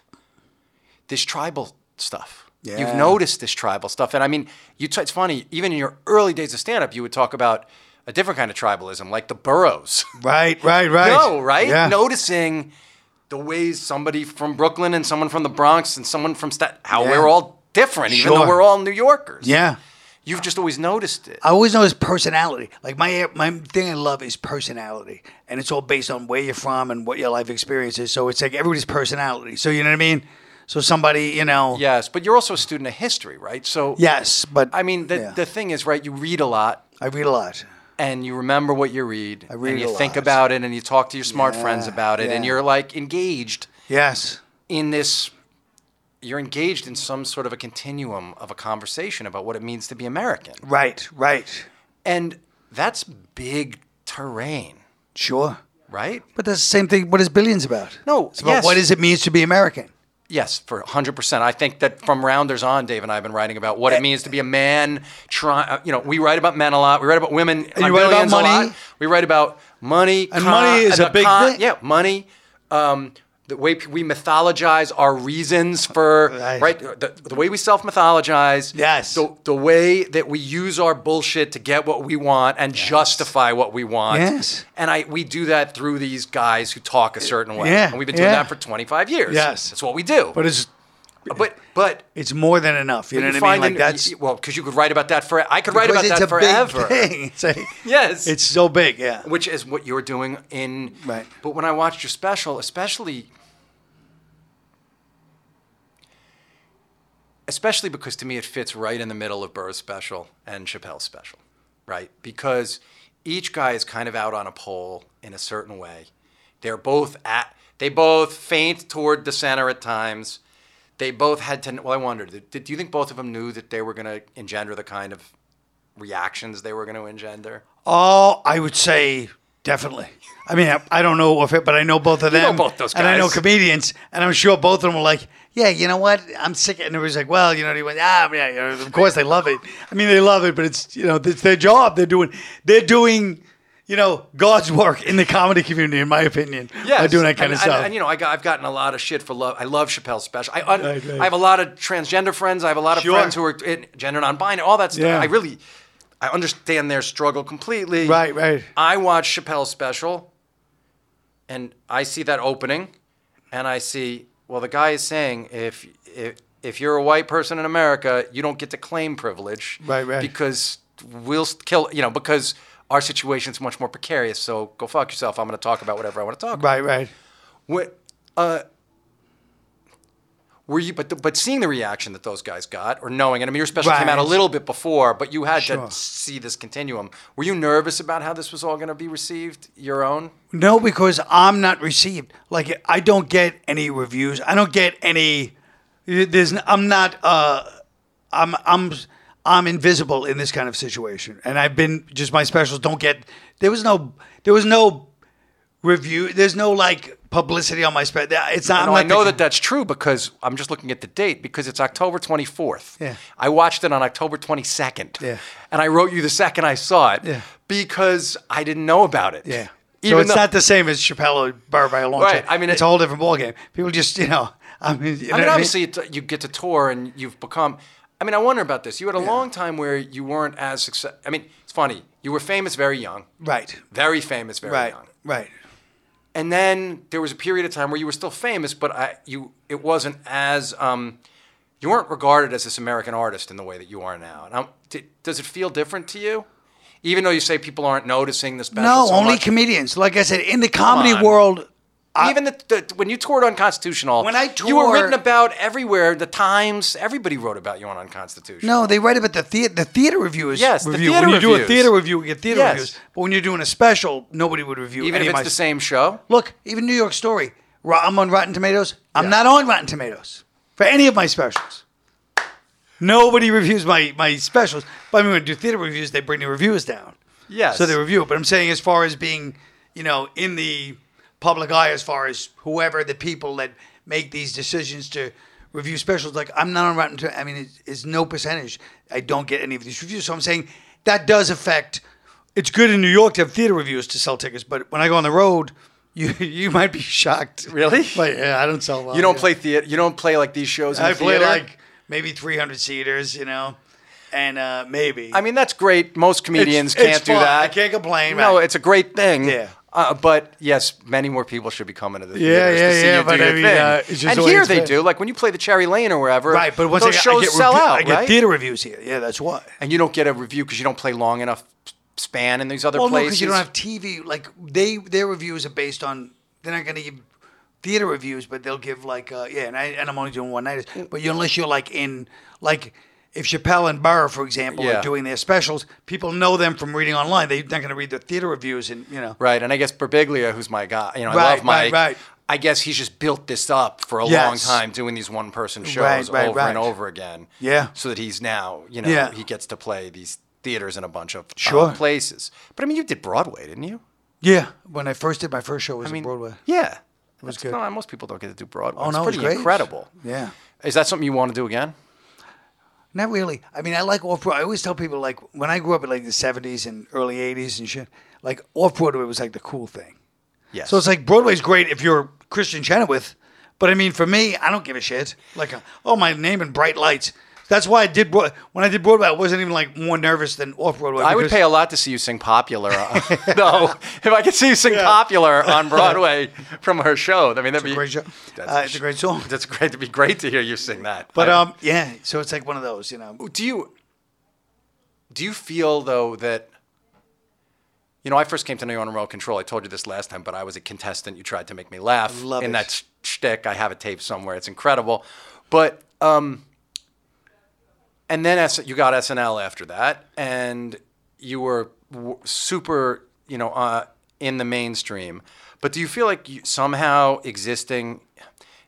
Speaker 1: this tribal stuff.
Speaker 2: Yeah.
Speaker 1: You've noticed this tribal stuff, and I mean, you. T- it's funny. Even in your early days of stand-up, you would talk about a different kind of tribalism, like the boroughs. (laughs)
Speaker 2: Right, right, right.
Speaker 1: No, right? Noticing the ways somebody from Brooklyn and someone from the Bronx and someone from Stat- how
Speaker 2: Yeah.
Speaker 1: we're all different, even
Speaker 2: Sure.
Speaker 1: though we're all New Yorkers.
Speaker 2: Yeah.
Speaker 1: You've just always noticed it.
Speaker 2: I always know his personality. Like my my thing I love is personality, and it's all based on where you're from and what your life experience is. So it's like everybody's personality. So you know what I mean. So somebody, you know,
Speaker 1: Yes, but you're also a student of history, right? So
Speaker 2: yes, but
Speaker 1: I mean, the,
Speaker 2: yeah.
Speaker 1: the thing is, right? You read a lot
Speaker 2: I read a lot.
Speaker 1: and you remember what you read,
Speaker 2: read
Speaker 1: and you
Speaker 2: a
Speaker 1: think
Speaker 2: lot.
Speaker 1: about it, and you talk to your smart friends
Speaker 2: Yeah,
Speaker 1: about it, and
Speaker 2: yeah.
Speaker 1: you're like engaged
Speaker 2: Yes,
Speaker 1: in this. You're engaged in some sort of a continuum of a conversation about what it means to be American,
Speaker 2: right, right,
Speaker 1: and that's big terrain,
Speaker 2: sure.
Speaker 1: right?
Speaker 2: But that's the same thing. What is Billions about?
Speaker 1: No,
Speaker 2: it's about
Speaker 1: yes.
Speaker 2: what does it means to be American.
Speaker 1: Yes, for 100%. I think that from rounders on, Dave and I have been writing about
Speaker 2: Eh.
Speaker 1: what it means to be a man. Try, uh, you know, we write about men a lot. We write about women. And
Speaker 2: you write about money?
Speaker 1: We write about money.
Speaker 2: And money
Speaker 1: and
Speaker 2: is a
Speaker 1: the
Speaker 2: big thing.
Speaker 1: Yeah, money. Um, the way p- we mythologize our reasons for,
Speaker 2: Right.
Speaker 1: right? The, the way we self mythologize.
Speaker 2: Yes.
Speaker 1: The, the way that we use our bullshit to get what we want and justify what we want.
Speaker 2: Yes. Eh,
Speaker 1: And I we do that through these guys who talk a certain way.
Speaker 2: Yeah,
Speaker 1: And we've been doing
Speaker 2: yeah.
Speaker 1: that for 25 years.
Speaker 2: Yes.
Speaker 1: That's what we do
Speaker 2: But it's
Speaker 1: but but
Speaker 2: it's more than enough. You know
Speaker 1: you
Speaker 2: what I
Speaker 1: find
Speaker 2: mean? Like
Speaker 1: in-
Speaker 2: that's
Speaker 1: y- well because you could write about that for I could write about
Speaker 2: because it's
Speaker 1: that
Speaker 2: a
Speaker 1: forever.
Speaker 2: big thing. (laughs) It's, like-
Speaker 1: (laughs) Yes.
Speaker 2: it's so big. Yeah.
Speaker 1: which is what you're doing in
Speaker 2: Right.
Speaker 1: But when I watched your special, especially especially because to me it fits right in the middle of Burr's special and Chappelle's special, right? Because each guy is kind of out on a pole in a certain way. They're both at they both faint toward the center at times. They both had to. Well, I wondered. Did, do you think both of them knew that they were going to engender the kind of reactions they were going to engender?
Speaker 2: Oh, I would say definitely. I mean, I, I don't know if it, but I know both of them.
Speaker 1: know both those
Speaker 2: And I know
Speaker 1: guys.
Speaker 2: comedians, and I'm sure both of them were like, yeah, you know what? I'm sick. And it was like, well, you know, he went, ah, yeah, you know, of course they love it. I mean, they love it, but it's, you know, it's their job. They're doing, they're doing, you know, God's work in the comedy community, in my opinion.
Speaker 1: Yeah,
Speaker 2: By doing that kind
Speaker 1: and,
Speaker 2: of stuff.
Speaker 1: And, and, you know, I got, I've gotten a lot of shit for love. I love Chappelle's special. I, un-
Speaker 2: Right, right.
Speaker 1: I have a lot of transgender friends. I have a lot of
Speaker 2: Sure.
Speaker 1: friends who are in gender non-binary. All that stuff.
Speaker 2: Yeah.
Speaker 1: I really, I understand their struggle completely.
Speaker 2: Right, right.
Speaker 1: I watch Chappelle's special, and I see that opening, and I see well, the guy is saying if if if you're a white person in America, you don't get to claim privilege.
Speaker 2: Right, right.
Speaker 1: Because we'll s- kill. You know, because. Our situation's much more precarious, so go fuck yourself. I'm going to talk about whatever I want to talk about.
Speaker 2: right, right.
Speaker 1: What, uh, were you, but, the, but seeing the reaction that those guys got or knowing, and I mean, your special came out a
Speaker 2: Right.
Speaker 1: little bit before, but you had
Speaker 2: Sure.
Speaker 1: to see this continuum. Were you nervous about how this was all going to be received, your own?
Speaker 2: No, because I'm not received. Like I don't get any reviews. I don't get any. There's. n- I'm not. Uh, I'm. I'm. I'm invisible in this kind of situation, and I've been just my specials don't get. There was no. There was no review. There's no like publicity on my special. It's not.
Speaker 1: No,
Speaker 2: I'm
Speaker 1: I
Speaker 2: not
Speaker 1: know
Speaker 2: the-
Speaker 1: that that's true because I'm just looking at the date because it's October 24th.
Speaker 2: Yeah.
Speaker 1: I watched it on October 22nd.
Speaker 2: Yeah.
Speaker 1: And I wrote you the second I saw it
Speaker 2: Yeah.
Speaker 1: because I didn't know about it.
Speaker 2: Yeah.
Speaker 1: Even
Speaker 2: so it's
Speaker 1: though-
Speaker 2: not the same as Chappelle or Barr by a long
Speaker 1: Right,
Speaker 2: shot.
Speaker 1: I mean,
Speaker 2: it's
Speaker 1: it-
Speaker 2: a whole different ballgame. People just, you know, I mean, you know
Speaker 1: I
Speaker 2: what
Speaker 1: mean, obviously, it's, you get to tour and you've become. I mean, I wonder about this. You had a long time where you weren't as success. I mean, it's funny. You were famous very young,
Speaker 2: right,
Speaker 1: very famous very
Speaker 2: right,
Speaker 1: young,
Speaker 2: right.
Speaker 1: and then there was a period of time where you were still famous, but I, you, it wasn't as um, you weren't regarded as this American artist in the way that you are now. And I'm, d- does it feel different to you? Even though you say people aren't noticing this special,
Speaker 2: No,
Speaker 1: so
Speaker 2: only
Speaker 1: much?
Speaker 2: comedians. Like I said, in the comedy
Speaker 1: on.
Speaker 2: world, I,
Speaker 1: even the, the, when you toured Unconstitutional,
Speaker 2: When I
Speaker 1: you were
Speaker 2: tour-
Speaker 1: written about everywhere. The Times, everybody wrote about you on Unconstitutional.
Speaker 2: no, they write about the theater. The theater reviewers.
Speaker 1: Yes, the
Speaker 2: review.
Speaker 1: theater
Speaker 2: when you do a
Speaker 1: reviews.
Speaker 2: theater review, we get theater
Speaker 1: Yes.
Speaker 2: reviews. But when you're doing a special, nobody would review.
Speaker 1: even
Speaker 2: any
Speaker 1: if
Speaker 2: of
Speaker 1: it's
Speaker 2: my-
Speaker 1: the same show.
Speaker 2: Look, even New York Story. Ro- I'm on Rotten Tomatoes. I'm not on Rotten Tomatoes. for any of my specials. Nobody reviews my, my specials. But I mean, when I do theater reviews, they bring the reviewers down.
Speaker 1: Yes.
Speaker 2: So they review it. But I'm saying, as far as being, you know, in the public eye, as far as whoever the people that make these decisions to review specials, like I'm not on Rotten Tomatoes. I mean, it's, it's no percentage. I don't get any of these reviews. So I'm saying that does affect. It's good in New York to have theater reviews to sell tickets, but when I go on the road, you (laughs) you might be shocked. (laughs)
Speaker 1: Really?
Speaker 2: Like, yeah, I don't sell. Well,
Speaker 1: you don't
Speaker 2: yeah.
Speaker 1: play theater. You don't play like these shows. In
Speaker 2: I
Speaker 1: the
Speaker 2: play
Speaker 1: theater?
Speaker 2: like maybe 300 seaters, you know, and uh, maybe.
Speaker 1: I mean, that's great. Most comedians
Speaker 2: It's-
Speaker 1: can't
Speaker 2: it's
Speaker 1: do
Speaker 2: fun.
Speaker 1: that.
Speaker 2: I can't complain,
Speaker 1: No,
Speaker 2: right.
Speaker 1: it's a great thing.
Speaker 2: Yeah.
Speaker 1: Uh, but yes, many more people should be coming to the
Speaker 2: Yeah,
Speaker 1: theaters
Speaker 2: yeah,
Speaker 1: to see
Speaker 2: yeah,
Speaker 1: you do
Speaker 2: but
Speaker 1: your
Speaker 2: I mean,
Speaker 1: thing.
Speaker 2: uh, it's just
Speaker 1: and
Speaker 2: the way
Speaker 1: here
Speaker 2: it's
Speaker 1: they
Speaker 2: been.
Speaker 1: do. Like when you play the Cherry Lane or wherever,
Speaker 2: right, but once
Speaker 1: those
Speaker 2: I, get-
Speaker 1: shows
Speaker 2: I get
Speaker 1: sell
Speaker 2: revi-
Speaker 1: out,
Speaker 2: I get
Speaker 1: right?
Speaker 2: theater reviews here. Yeah, that's why.
Speaker 1: and you don't get a review because you don't play long enough span in these other
Speaker 2: Well, no,
Speaker 1: places.
Speaker 2: because you don't have TV. Like they, their reviews are based on. They're not going to give theater reviews, but they'll give like uh, yeah, and, I, and I'm only doing one night. But you, unless you're like in like. If Chappelle and Burr, for example,
Speaker 1: Yeah.
Speaker 2: are doing their specials, people know them from reading online. They're not going to read the theater reviews, and you know,
Speaker 1: Right, and I guess Berbiglia, who's my guy, you know, I
Speaker 2: Right,
Speaker 1: love Mike.
Speaker 2: right, right.
Speaker 1: I guess he's just built this up for a
Speaker 2: Yes.
Speaker 1: long time, doing these one-person shows
Speaker 2: Right, right,
Speaker 1: over
Speaker 2: right.
Speaker 1: and over again.
Speaker 2: Yeah.
Speaker 1: So that he's now, you know,
Speaker 2: Yeah.
Speaker 1: he gets to play these theaters in a bunch of uh,
Speaker 2: Sure.
Speaker 1: places. But I mean, you did Broadway, didn't you?
Speaker 2: yeah. When I first did my first show, it was
Speaker 1: I mean,
Speaker 2: at Broadway.
Speaker 1: Yeah, it
Speaker 2: was good.
Speaker 1: No, most people don't get to do Broadway.
Speaker 2: Oh,
Speaker 1: it's
Speaker 2: no, it was
Speaker 1: pretty
Speaker 2: great.
Speaker 1: incredible.
Speaker 2: Yeah.
Speaker 1: Is that something you want to do again?
Speaker 2: Not really. I mean, I like off Broadway. I always tell people like when I grew up in like the seventies and early eighties and shit, like off Broadway was like the cool thing.
Speaker 1: Yes.
Speaker 2: So it's like Broadway's great if you're Christian Chenoweth, but I mean for me, I don't give a shit. Like, uh, oh my name in bright lights. That's why I did Broad- when I did Broadway. I wasn't even like more nervous than off Broadway.
Speaker 1: I would pay a lot to see you sing "Popular,"
Speaker 2: (laughs)
Speaker 1: uh, (laughs) though. If I could see you sing "Popular" on Broadway from her show, I mean, that'd be
Speaker 2: a great show.
Speaker 1: That's
Speaker 2: Uh, it's a great song.
Speaker 1: That's great. It'd be great to hear you sing that.
Speaker 2: But
Speaker 1: I-
Speaker 2: um, yeah. So it's like one of those, you know.
Speaker 1: do you do you feel though that you know I first came to New York on Remote Control. I told you this last time, but I was a contestant. You tried to make me laugh
Speaker 2: Love
Speaker 1: in
Speaker 2: it.
Speaker 1: that sh- shtick. I have a tape somewhere. It's incredible. But um, and then S- you got SNL after that, and you were w- super, you know, uh, in the mainstream. But do you feel like you somehow existing,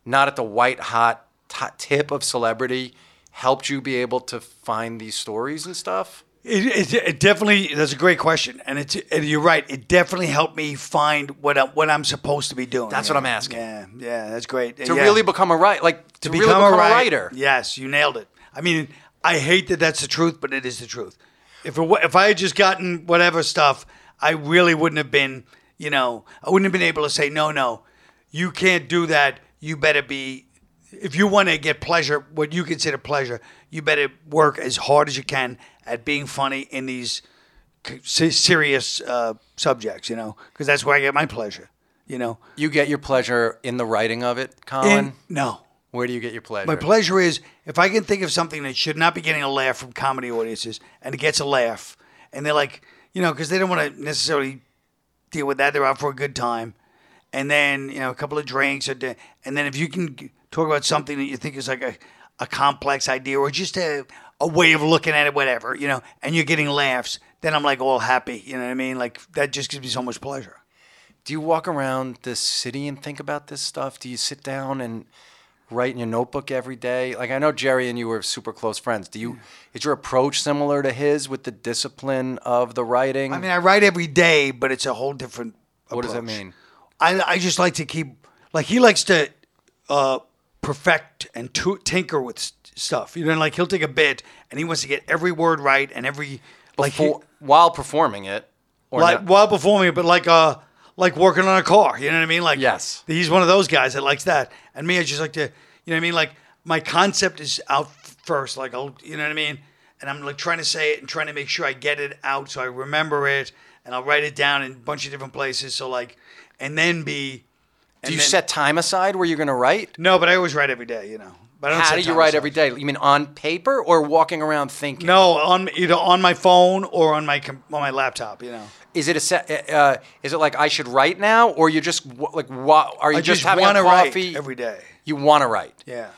Speaker 1: not at the white hot t- tip of celebrity, helped you be able to find these stories and stuff?
Speaker 2: It, it, it definitely that's a great question, and it's and you're right. It definitely helped me find what I'm, what I'm supposed to be doing.
Speaker 1: That's
Speaker 2: yeah.
Speaker 1: what I'm asking.
Speaker 2: Yeah, yeah, that's great.
Speaker 1: To really become a writer, like to, really
Speaker 2: become
Speaker 1: become a,
Speaker 2: wri-
Speaker 1: writer.
Speaker 2: Yes, you nailed it. I mean, I hate that that's the truth, but it is the truth. If it, wa- if I had just gotten whatever stuff, I really wouldn't have been. You know, I wouldn't have been able to say no, no. You can't do that. You better be. If you want to get pleasure, what you consider pleasure, you better work as hard as you can at being funny in these c- se- serious uh, subjects. You know, because that's where I get my pleasure. You know,
Speaker 1: You get your pleasure in the writing of it, Colin.
Speaker 2: and no,
Speaker 1: Where do you get your pleasure?
Speaker 2: My pleasure is if I can think of something that should not be getting a laugh from comedy audiences and it gets a laugh, and they're like, you know, because they don't want to necessarily deal with that. They're out for a good time, and then you know, a couple of drinks, or di- and then if you can g- talk about something that you think is like a, a complex idea or just a a way of looking at it, whatever, you know, and you're getting laughs, then I'm like all happy. You know what I mean? Like that just gives me so much pleasure.
Speaker 1: do you walk around this city and think about this stuff? Do you sit down and write in your notebook every day? Like I know Jerry and you were super close friends. Do you is your approach similar to his with the discipline of the writing?
Speaker 2: I mean, I write every day, but it's a whole different.
Speaker 1: What does that
Speaker 2: approach.
Speaker 1: mean?
Speaker 2: I I just like to keep like he likes to uh, perfect and to- tinker with s- stuff. You know, like he'll take a bit and he wants to get every word right and every like he-
Speaker 1: For, while performing it, or
Speaker 2: like
Speaker 1: no-
Speaker 2: while performing it, but like uh like working on a car. You know what I mean? Like
Speaker 1: Yes.
Speaker 2: he's one of those guys that likes that. And me, I just like to, you know what I mean? Like my concept is out f- first. Like I'll, you know what I mean? And I'm like trying to say it and trying to make sure I get it out so I remember it and I'll write it down in a bunch of different places. So like, and then be.
Speaker 1: do you
Speaker 2: then-
Speaker 1: set time aside where you're going to write?
Speaker 2: No, but I always write every day. You know. But I don't
Speaker 1: How
Speaker 2: set
Speaker 1: do you
Speaker 2: time
Speaker 1: write
Speaker 2: aside.
Speaker 1: every day? You mean on paper or walking around thinking?
Speaker 2: No, on either on my phone or on my com- on my laptop. You know.
Speaker 1: Is it a set? Uh, is it like I should write now, or you just wa- like wa- are you
Speaker 2: I
Speaker 1: just,
Speaker 2: just
Speaker 1: having
Speaker 2: want
Speaker 1: a
Speaker 2: to write
Speaker 1: coffee
Speaker 2: every day.
Speaker 1: You want to write.
Speaker 2: Yeah.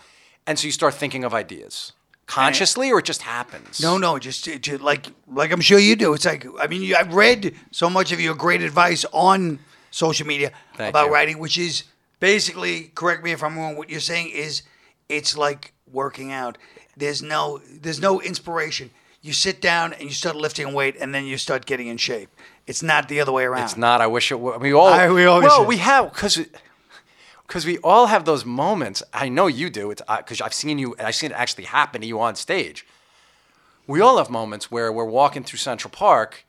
Speaker 1: And so you start thinking of ideas consciously, or it just happens.
Speaker 2: No, no, just, it- ju- like like I'm sure you do. It's like I mean, you, I've read so much of your great advice on social media
Speaker 1: Thank
Speaker 2: about
Speaker 1: you.
Speaker 2: writing, which is basically correct me if I'm wrong. What you're saying is it's like working out. There's no there's no inspiration. You sit down and you start lifting weight, and then you start getting in shape. It's not the other way around.
Speaker 1: It's not. I wish it were. We all.
Speaker 2: I- we all wish
Speaker 1: well,
Speaker 2: it-
Speaker 1: we have because because we all have those moments. I know you do. It's because I've seen you. I've seen it actually happen to you on stage. We all have moments where we're walking through Central Park,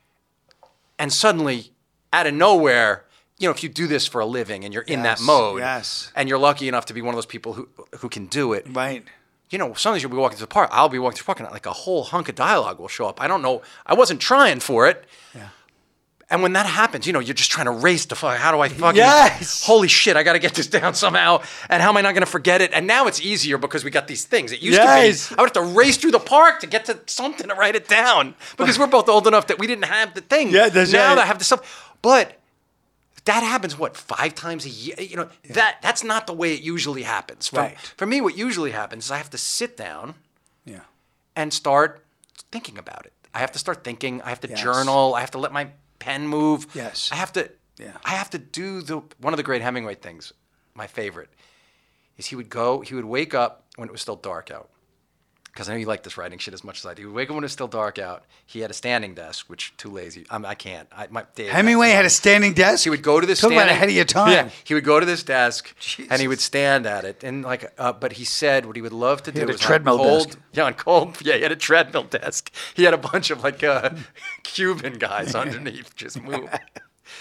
Speaker 1: and suddenly, out of nowhere, you know, if you do this for a living and you're in
Speaker 2: Yes,
Speaker 1: that mode,
Speaker 2: yes.
Speaker 1: and you're lucky enough to be one of those people who who can do it,
Speaker 2: right.
Speaker 1: you know, sometimes you'll be walking through the park. I'll be walking through the park, and like a whole hunk of dialogue will show up. I don't know. I wasn't trying for it.
Speaker 2: Yeah.
Speaker 1: And when that happens, you know, you're just trying to race to fuck. How do I fucking?
Speaker 2: Yes!
Speaker 1: Holy shit! I got to get this down somehow. And how am I not going to forget it? And now it's easier because we got these things. It used
Speaker 2: Yes!
Speaker 1: to be I would have to race through the park to get to something to write it down because we're both old enough that we didn't have the thing.
Speaker 2: Yeah, that's
Speaker 1: now
Speaker 2: right.
Speaker 1: I have the stuff, but that happens what five times a year you know that that's not the way it usually happens for,
Speaker 2: Right.
Speaker 1: for me what usually happens is i have to sit down
Speaker 2: Yeah.
Speaker 1: and start thinking about it i have to start thinking i have to
Speaker 2: Yes.
Speaker 1: journal i have to let my pen move
Speaker 2: Yes.
Speaker 1: i have to
Speaker 2: Yeah.
Speaker 1: i have to do the one of the great hemingway things my favorite is he would go he would wake up when it was still dark out because I know you like this writing shit as much as I do. He would wake up when it was still dark out. He had a standing desk, which too lazy. I'm, I can't. I, my, Dave,
Speaker 2: Hemingway had a standing desk.
Speaker 1: he would go to this
Speaker 2: Talk about
Speaker 1: standing,
Speaker 2: ahead of your time.
Speaker 1: Yeah, he would go to this desk and he
Speaker 2: Jesus.
Speaker 1: would stand at it and like. Uh, but he said what he would love to do
Speaker 2: had a
Speaker 1: was
Speaker 2: treadmill
Speaker 1: on cold,
Speaker 2: desk.
Speaker 1: (laughs) Yeah, on cold. Yeah, he had a treadmill desk. He had a bunch of like uh, (laughs) Cuban
Speaker 2: (laughs)
Speaker 1: guys underneath just move.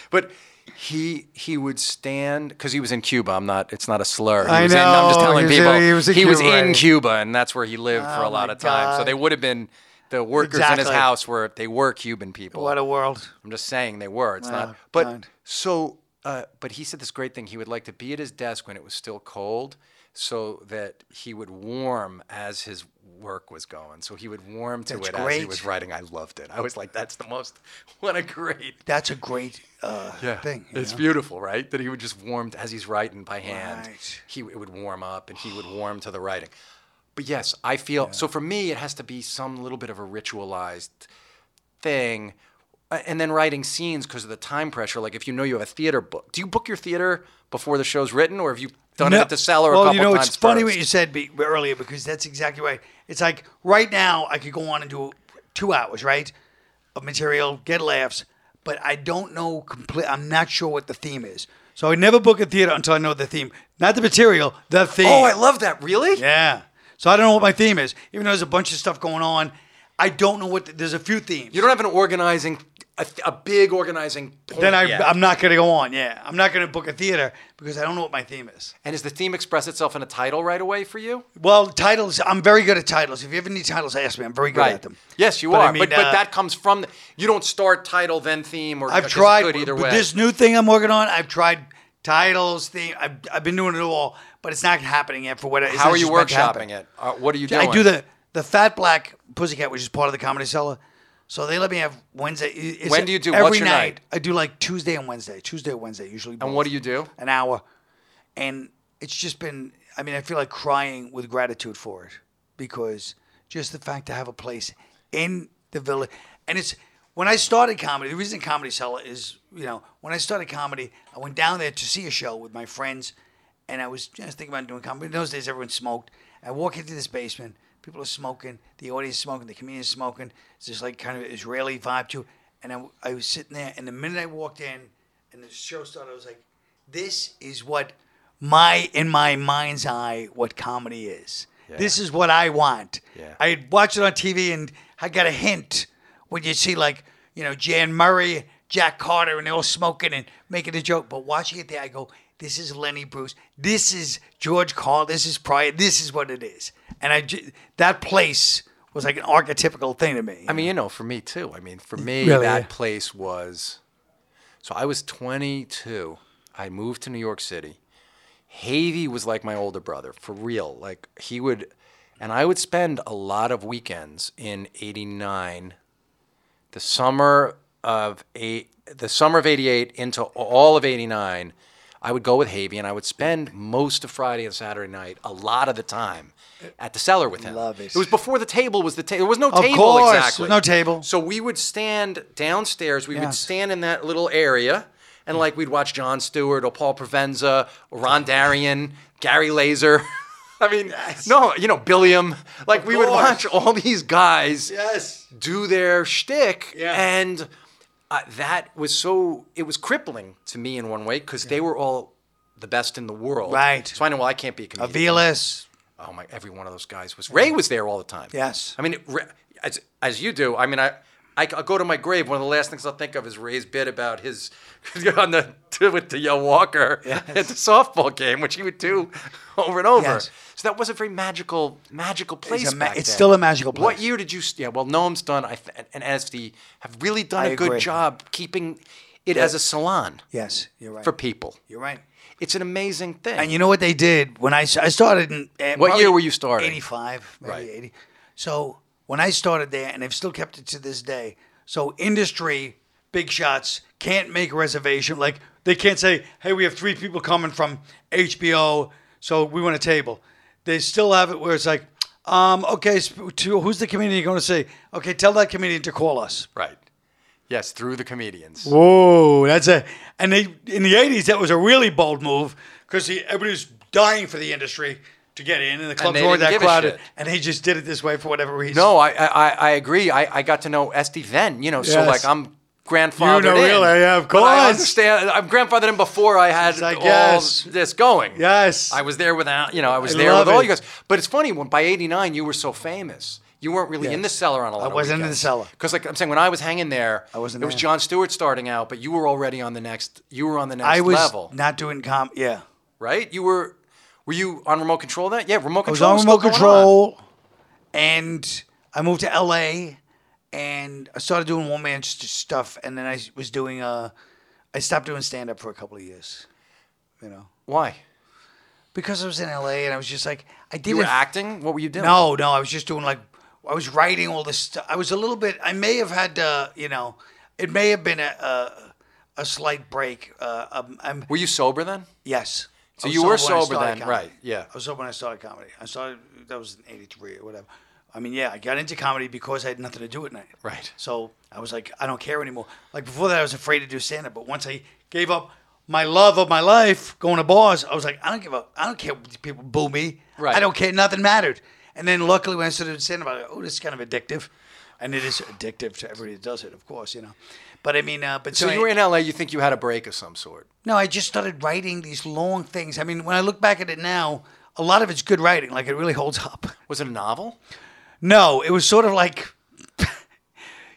Speaker 1: But he he would stand because he was in Cuba. I'm not. It's not a slur. He
Speaker 2: I
Speaker 1: was In, I'm just
Speaker 2: know,
Speaker 1: telling
Speaker 2: he was-
Speaker 1: people
Speaker 2: he was in Cuba,
Speaker 1: in
Speaker 2: right.
Speaker 1: Cuba, and that's where he lived for
Speaker 2: Oh,
Speaker 1: a lot
Speaker 2: my
Speaker 1: of time. So
Speaker 2: God.
Speaker 1: they would have been. The workers in his
Speaker 2: Exactly.
Speaker 1: house were they were Cuban people.
Speaker 2: What a world.
Speaker 1: I'm just saying they were. It's
Speaker 2: Wow,
Speaker 1: not. But
Speaker 2: God.
Speaker 1: so, uh, but he said this great thing. He would like to be at his desk when it was still cold, so that he would warm as his work was going. So he would warm to
Speaker 2: That's
Speaker 1: it as he
Speaker 2: great.
Speaker 1: was writing. I loved it. I was like, that's the most. What a great
Speaker 2: That's a great uh, thing. you
Speaker 1: it's
Speaker 2: know?
Speaker 1: beautiful, right? That he would just warm as he's writing by hand.
Speaker 2: Right.
Speaker 1: He it would warm up and he
Speaker 2: (sighs)
Speaker 1: would warm to the writing. But yes, I feel so for me it has to be some little bit of a ritualized thing. Uh, And then writing scenes because of the time pressure. Like if you know you have a theater book, do you book your theater before the show's written, or have you done it
Speaker 2: No.
Speaker 1: at the cellar
Speaker 2: well,
Speaker 1: a couple
Speaker 2: you know,
Speaker 1: times?
Speaker 2: it's funny what
Speaker 1: first?
Speaker 2: you said be, earlier because that's exactly right. It's like right now I could go on and do two hours, right, of material, get laughs, but I don't know complete. I'm not sure what the theme is, so I never book a theater until I know the theme, not the material, the theme.
Speaker 1: Oh, I love that. Really?
Speaker 2: yeah. So I don't know what my theme is, even though there's a bunch of stuff going on. I don't know what the, there's a few themes.
Speaker 1: You don't have an organizing, a, a big organizing. Point
Speaker 2: then I,
Speaker 1: yet.
Speaker 2: I'm not going to go on. Yeah, I'm not going to book a theater because I don't know what my theme is.
Speaker 1: and does the theme express itself in a title right away for you?
Speaker 2: Well, titles. I'm very good at titles. If you ever need titles, ask me. I'm very good
Speaker 1: right.
Speaker 2: at them.
Speaker 1: Yes, you
Speaker 2: But
Speaker 1: are.
Speaker 2: I mean,
Speaker 1: but, but
Speaker 2: uh,
Speaker 1: that comes from the, you don't start title then theme or
Speaker 2: I've
Speaker 1: it's
Speaker 2: tried
Speaker 1: good either
Speaker 2: with
Speaker 1: way.
Speaker 2: this new thing I'm working on. I've tried titles, theme. I've, I've been doing it all, but it's not happening yet. For what? it's
Speaker 1: How
Speaker 2: not
Speaker 1: are you
Speaker 2: just meant to happen.
Speaker 1: workshopping it? Uh, what are you doing?
Speaker 2: I do the the Fat Black Pussycat, which is part of the Comedy Cellar. So they let me have Wednesday. it's
Speaker 1: When do you do-
Speaker 2: Every
Speaker 1: what's your night?
Speaker 2: I do like Tuesday and Wednesday. Tuesday and Wednesday usually.
Speaker 1: And what do you do?
Speaker 2: An hour, and it's just been. I mean, I feel like crying with gratitude for it because just the fact to have a place in the village, and it's when I started comedy. The reason Comedy Cellar is, you know, when I started comedy, I went down there to see a show with my friends, and I was just thinking about doing comedy. In those days, everyone smoked. I walk into this basement. People are smoking. The audience is smoking. The comedians smoking. It's just like kind of Israeli vibe to. it. And I, I was sitting there, and the minute I walked in, and the show started, I was like, "This is what my in my mind's eye what comedy is. This is what I want."
Speaker 1: Yeah.
Speaker 2: I had watched it on TV, and I got a hint when you see like you know Jan Murray, Jack Carter, and they're all smoking and making a joke. But watching it there, I go, "This is Lenny Bruce. This is George Carl. This is Pryor. This is what it is." And I ju- that place was like an archetypical thing to me.
Speaker 1: I mean, you know, for me too. I mean, for me,
Speaker 2: Really,
Speaker 1: that
Speaker 2: yeah.
Speaker 1: place was. So I was 22. I moved to New York City. Havy was like my older brother, for real. Like, he would, and I would spend a lot of weekends in 89, the summer of eight, the summer of 88 into all of 89. I would go with Havy and I would spend most of Friday and Saturday night, a lot of the time, at the cellar with him.
Speaker 2: Love it. Oh,
Speaker 1: It was before the table was the table. There was no
Speaker 2: Of
Speaker 1: table
Speaker 2: course,
Speaker 1: exactly.
Speaker 2: there's no table.
Speaker 1: So we would stand downstairs. We would
Speaker 2: Yes.
Speaker 1: stand in that little area, and like we'd watch John Stewart or Paul Provenza, or Ron Darien, Gary Laser. (laughs) I mean, no, you know, Billiam. Like
Speaker 2: Of
Speaker 1: we would watch
Speaker 2: course.
Speaker 1: all these guys
Speaker 2: Yes.
Speaker 1: do their shtick,
Speaker 2: Yeah.
Speaker 1: and uh, that was so it was crippling to me in one way because they were all the best in the world,
Speaker 2: Right.
Speaker 1: So I know, well, I can't be a comedian.
Speaker 2: VLS.
Speaker 1: oh my, every one of those guys was Ray was there all the time.
Speaker 2: Yes.
Speaker 1: I mean, it, Ray- as as you do, I mean, I. I will go to my grave. One of the last things I'll think of is Ray's bit about his (laughs) on the with the uh, Walker (laughs) at the softball game, which he would do (laughs) over and over.
Speaker 2: Yes.
Speaker 1: So that was a very magical, magical place.
Speaker 2: It's, a ma-
Speaker 1: back
Speaker 2: it's
Speaker 1: then.
Speaker 2: still a magical place.
Speaker 1: What year did you? st- Yeah, well, Noam's done. I th- and NSD have really done a
Speaker 2: I
Speaker 1: good
Speaker 2: agree.
Speaker 1: job keeping it as a salon
Speaker 2: Yes, you're right.
Speaker 1: for people.
Speaker 2: you're right.
Speaker 1: It's an amazing thing.
Speaker 2: And you know what they did when I, s- I started in uh,
Speaker 1: What
Speaker 2: probably
Speaker 1: year were you starting?
Speaker 2: 85, maybe
Speaker 1: Right.
Speaker 2: 80. So when I started there, and they've still kept it to this day. So industry big shots can't make a reservation. Like they can't say, "Hey, we have three people coming from HBO, so we want a table." They still have it where it's like, um, "Okay, sp- to, who's the comedian you're going to see? Okay, tell that comedian to call us."
Speaker 1: right. Yes, through the comedians.
Speaker 2: Whoa, Oh, that's a and they in the eighties that was a really bold move because everybody was dying for the industry to get in, and the clubs
Speaker 1: they
Speaker 2: weren't
Speaker 1: didn't
Speaker 2: that
Speaker 1: give a
Speaker 2: crowded,
Speaker 1: shit.
Speaker 2: and he just did it this way for whatever reason.
Speaker 1: No, I I, I- I agree. I, I got to know Esty then, you know, so
Speaker 2: Yes.
Speaker 1: like I'm grandfathered
Speaker 2: You know,
Speaker 1: in.
Speaker 2: really, yeah, of
Speaker 1: But I
Speaker 2: course.
Speaker 1: understand. I'm grandfathered in before I had
Speaker 2: I
Speaker 1: all
Speaker 2: guess.
Speaker 1: this going.
Speaker 2: Yes.
Speaker 1: I was there without, you know, I was
Speaker 2: I
Speaker 1: there
Speaker 2: love
Speaker 1: with all
Speaker 2: it.
Speaker 1: you guys. But it's funny, when by 89, you were so famous. You weren't really in the cellar on a lot
Speaker 2: I wasn't in the cellar.
Speaker 1: Because like I'm saying, when I was hanging there, I
Speaker 2: wasn't
Speaker 1: it was
Speaker 2: there.
Speaker 1: John Stewart starting out, but you were already on the next, you were on the next
Speaker 2: I was
Speaker 1: level,
Speaker 2: not doing com. Yeah,
Speaker 1: right? You were, were you on remote control then? Yeah, remote
Speaker 2: I was
Speaker 1: control
Speaker 2: on
Speaker 1: still
Speaker 2: remote
Speaker 1: going
Speaker 2: control, and I moved to L.A. and I started doing one man st- stuff, and then I was doing uh, I stopped doing stand up for a couple of years, you know,
Speaker 1: Why?
Speaker 2: because I was in L.A. and I was just like I did
Speaker 1: You were acting? What were you doing?
Speaker 2: No, no, I was just doing like I was writing all this stuff. I was a little bit. I may have had, uh, you know, it may have been a a, a slight break. Uh, um, I'm
Speaker 1: Were you sober then?
Speaker 2: yes.
Speaker 1: So
Speaker 2: I was
Speaker 1: you were
Speaker 2: when I
Speaker 1: sober
Speaker 2: started
Speaker 1: then,
Speaker 2: comedy.
Speaker 1: right, yeah.
Speaker 2: I was sober when I started comedy. I started that was in '83 or whatever. I mean, yeah, I got into comedy because I had nothing to do at night.
Speaker 1: Right.
Speaker 2: So I was like, I don't care anymore. Like before that, I was afraid to do stand up, but once I gave up my love of my life, going to bars, I was like, I don't give up. I don't care if people boo me.
Speaker 1: Right.
Speaker 2: I don't care. Nothing mattered. And then luckily, when I started stand up, I was like, oh, this is kind of addictive. And it is addictive to everybody that does it, of course, you know. But I mean, uh, but
Speaker 1: So
Speaker 2: I-
Speaker 1: you were in LA. You think you had a break of some sort?
Speaker 2: no, I just started writing these long things. I mean, when I look back at it now, a lot of it's good writing. Like it really holds up.
Speaker 1: Was it a novel?
Speaker 2: No, it was sort of like, (laughs)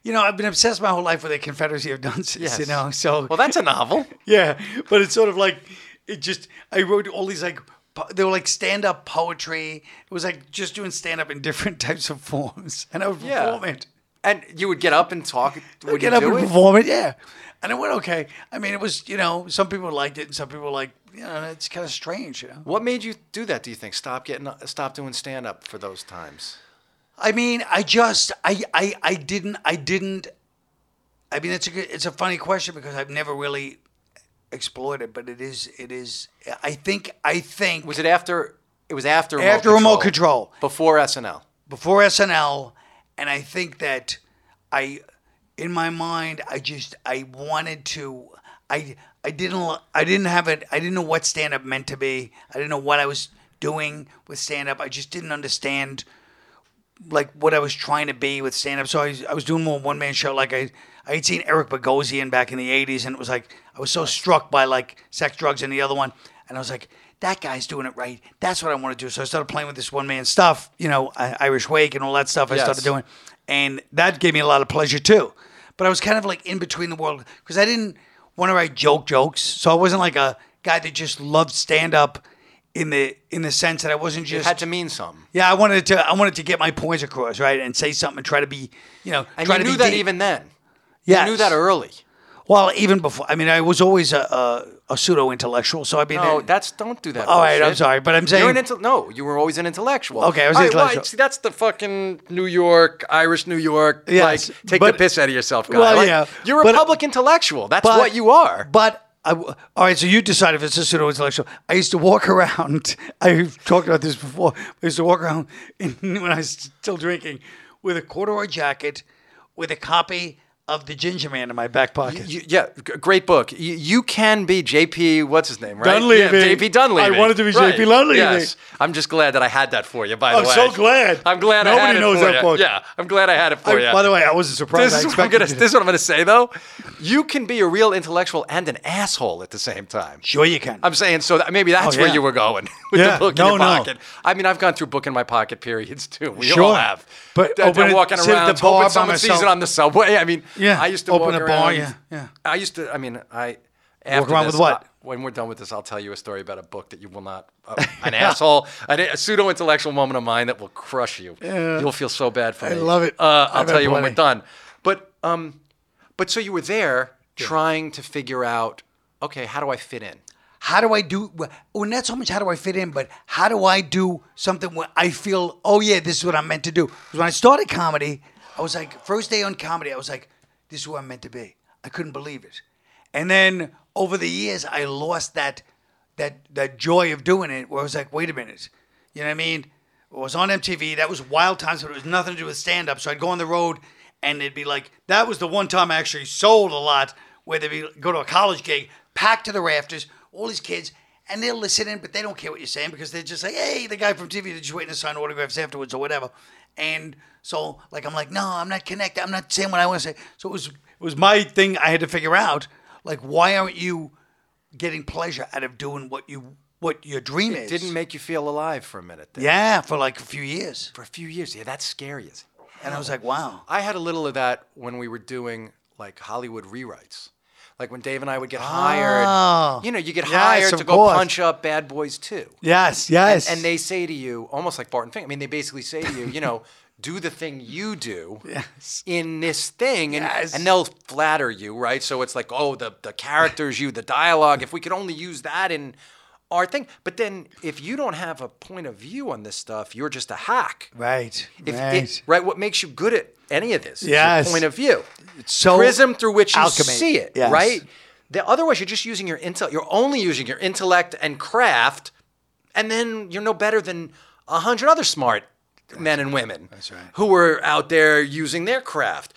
Speaker 2: you know, I've been obsessed my whole life with the Confederacy of Dunces.
Speaker 1: Yes.
Speaker 2: You know, so
Speaker 1: Well, that's a novel.
Speaker 2: yeah, but it's sort of like it just. I wrote all these like po- they were like stand up poetry. It was like just doing stand up in different (laughs) types of forms, and I would
Speaker 1: Yeah.
Speaker 2: perform it.
Speaker 1: and you would get up and talk.
Speaker 2: (laughs)
Speaker 1: Would
Speaker 2: Would get
Speaker 1: you
Speaker 2: up
Speaker 1: do
Speaker 2: and
Speaker 1: it?
Speaker 2: perform it, yeah. And it went okay. I mean, it was you know some people liked it, and some people were like you know it's kind of strange, you know.
Speaker 1: What made you do that? Do you think stop getting stop doing stand up for those times?
Speaker 2: I mean, I just, I, I, I didn't, I didn't. I mean, it's a good, it's a funny question because I've never really explored it, but it is, it is. I think, I think
Speaker 1: Was it after? It was after remote
Speaker 2: after remote control,
Speaker 1: before SNL.
Speaker 2: before SNL, and I think that I, in my mind, I just, I wanted to, I, I didn't, l- I didn't have it, I didn't know what stand up meant to be. I didn't know what I was doing with stand up. I just didn't understand like what I was trying to be with stand up. So I, was- I was doing more one man show. Like I, I had seen Eric Bogosian back in the 80s, and it was like, I was so struck by like sex, drugs, and the other one. And I was like, that guy's doing it right. That's what I want to do. So I started playing with this one man stuff, you know, I- Irish Wake and all that stuff I
Speaker 1: Yes.
Speaker 2: started doing. And that gave me a lot of pleasure too. But I was kind of like in between the world because I didn't want to write joke jokes. So I wasn't like a guy that just loved stand up. In the in the sense that I wasn't
Speaker 1: It
Speaker 2: just
Speaker 1: had to mean something.
Speaker 2: yeah, I wanted to. I wanted to get my points across, right, and say something, try to be, you know,
Speaker 1: And
Speaker 2: try
Speaker 1: you
Speaker 2: to
Speaker 1: knew
Speaker 2: be
Speaker 1: that
Speaker 2: deep.
Speaker 1: even then.
Speaker 2: Yes.
Speaker 1: You knew that early.
Speaker 2: Well, even before. I mean, I was always a, a, a pseudo intellectual, so I mean,
Speaker 1: No,
Speaker 2: uh,
Speaker 1: Oh, that's don't do that.
Speaker 2: All right,
Speaker 1: bullshit.
Speaker 2: I'm sorry, but I'm saying-
Speaker 1: you're an intel- no. You were always an intellectual.
Speaker 2: Okay, I was
Speaker 1: All
Speaker 2: an
Speaker 1: right, well,
Speaker 2: intellectual.
Speaker 1: see, that's the fucking New York, Irish New York.
Speaker 2: Yes,
Speaker 1: like take the
Speaker 2: but-
Speaker 1: piss out of yourself, guy.
Speaker 2: Well,
Speaker 1: Like,
Speaker 2: yeah,
Speaker 1: you're a
Speaker 2: but-
Speaker 1: public intellectual. That's
Speaker 2: but-
Speaker 1: what you are.
Speaker 2: But I w all right, so you decide if it's a pseudo intellectual. I used to walk (laughs) around. I've talked about this before. I used to walk around in, when I was still drinking with a corduroy jacket, with a copy of the Ginger Man in my back pocket.
Speaker 1: You, yeah, g- great book. You, you can be JP. What's his name? Right?
Speaker 3: Dunleavy.
Speaker 1: Yeah, JP Dunleavy.
Speaker 3: I wanted to be
Speaker 1: Right.
Speaker 3: JP Dunleavy.
Speaker 1: Yes. I'm just glad that I had that for you. By the
Speaker 3: I'm
Speaker 1: way,
Speaker 3: so glad.
Speaker 1: I'm glad I
Speaker 3: Nobody
Speaker 1: had it
Speaker 3: knows
Speaker 1: for
Speaker 3: that
Speaker 1: you.
Speaker 3: book.
Speaker 1: Yeah, I'm glad I had
Speaker 2: Oh,
Speaker 1: it for
Speaker 3: I-
Speaker 1: you.
Speaker 3: By the way, I wasn't surprised.
Speaker 1: this
Speaker 3: I
Speaker 1: is, what I'm
Speaker 3: expected
Speaker 1: gonna,
Speaker 3: you
Speaker 1: this is what I'm going to say though. You can be a real intellectual and an asshole at the same time.
Speaker 2: sure you can.
Speaker 1: I'm saying so. That maybe that's where
Speaker 2: yeah.
Speaker 1: you were going (laughs) with
Speaker 3: Oh, Yeah,
Speaker 1: the book
Speaker 3: no,
Speaker 1: in your
Speaker 3: no.
Speaker 1: pocket. I mean, I've gone through book in my pocket periods too. We all
Speaker 3: Sure.
Speaker 1: have.
Speaker 3: But
Speaker 1: That-
Speaker 3: open
Speaker 1: that
Speaker 3: it-
Speaker 1: walking
Speaker 3: sit at
Speaker 1: around,
Speaker 3: the bar by
Speaker 1: hoping someone sees
Speaker 3: myself.
Speaker 1: it on the subway. (laughs) I mean,
Speaker 2: Yeah,
Speaker 1: I used to
Speaker 2: open
Speaker 1: walk
Speaker 2: a bar,
Speaker 1: around-
Speaker 2: yeah, yeah.
Speaker 1: I used to. I mean, I. After
Speaker 2: around
Speaker 1: this,
Speaker 2: with what?
Speaker 1: I- when we're done with this, I'll tell you a story about a book that you will not,
Speaker 3: (laughs)
Speaker 1: uh, an asshole, an, a pseudo intellectual moment of mine that will crush you. You'll feel so bad for me.
Speaker 3: love it.
Speaker 1: Uh, I'll
Speaker 3: I've had
Speaker 1: tell you when we're
Speaker 3: plenty.
Speaker 1: done. But um, but so you were there trying to figure out, okay, how do I fit in?
Speaker 2: how do I do? Well, not so much how do I fit in, but how do I do something where I feel, oh yeah, this is what I'm meant to do. Because when I started comedy, I was like, first day on comedy, I was like, this is who I'm meant to be. I couldn't believe it. And then over the years, I lost that that that joy of doing it. Where I was like, wait a minute, you know what I mean? I was on MTV. That was wild times, but it was nothing to do with stand up. So I'd go on the road, and it'd be like that was the one time I actually sold a lot. Where they'd be, go to a college gig, packed to the rafters, all these kids, and they're listening, but they don't care what you're saying because they're just like, hey, the guy from TV, they're just waiting to sign autographs afterwards or whatever. And so, like, I'm like, no, I'm not connected. I'm not saying what I want to say. So it was it was my thing. I had to figure out, like, why aren't you getting pleasure out of doing what you what your dream is?
Speaker 1: Didn't make you feel alive for a minute there.
Speaker 2: Yeah, for like a few years.
Speaker 1: For a few years. Yeah, that's scary. as-
Speaker 2: And I was like, wow.
Speaker 1: I had a little of that when we were doing like Hollywood rewrites. Like when Dave and I would get hired, you know, you get
Speaker 3: Oh. Yes,
Speaker 1: hired
Speaker 3: of
Speaker 1: to go
Speaker 3: course.
Speaker 1: punch up Bad Boys 2.
Speaker 3: Yes, yes.
Speaker 1: And they say to you, almost like Barton Fink, I mean, they basically say to you, you know, (laughs) do the thing you do in this thing. And,
Speaker 3: Yes.
Speaker 1: and they'll flatter you, right? So it's like, oh, the, the characters, you, the dialogue, if we could only use that in our thing. But then if you don't have a point of view on this stuff, you're just a hack.
Speaker 2: Right.
Speaker 1: If it-
Speaker 2: right.
Speaker 1: right, what makes you good at any of this? is your
Speaker 3: Yes.
Speaker 1: point of view,
Speaker 2: so
Speaker 1: prism through which you
Speaker 2: alchemy.
Speaker 1: see it.
Speaker 2: Yes.
Speaker 1: Right. The, otherwise, you're just using your intel. You're only using your intellect and craft, and then you're no better than a hundred other smart men and women That's
Speaker 2: right.
Speaker 1: who are out there using their craft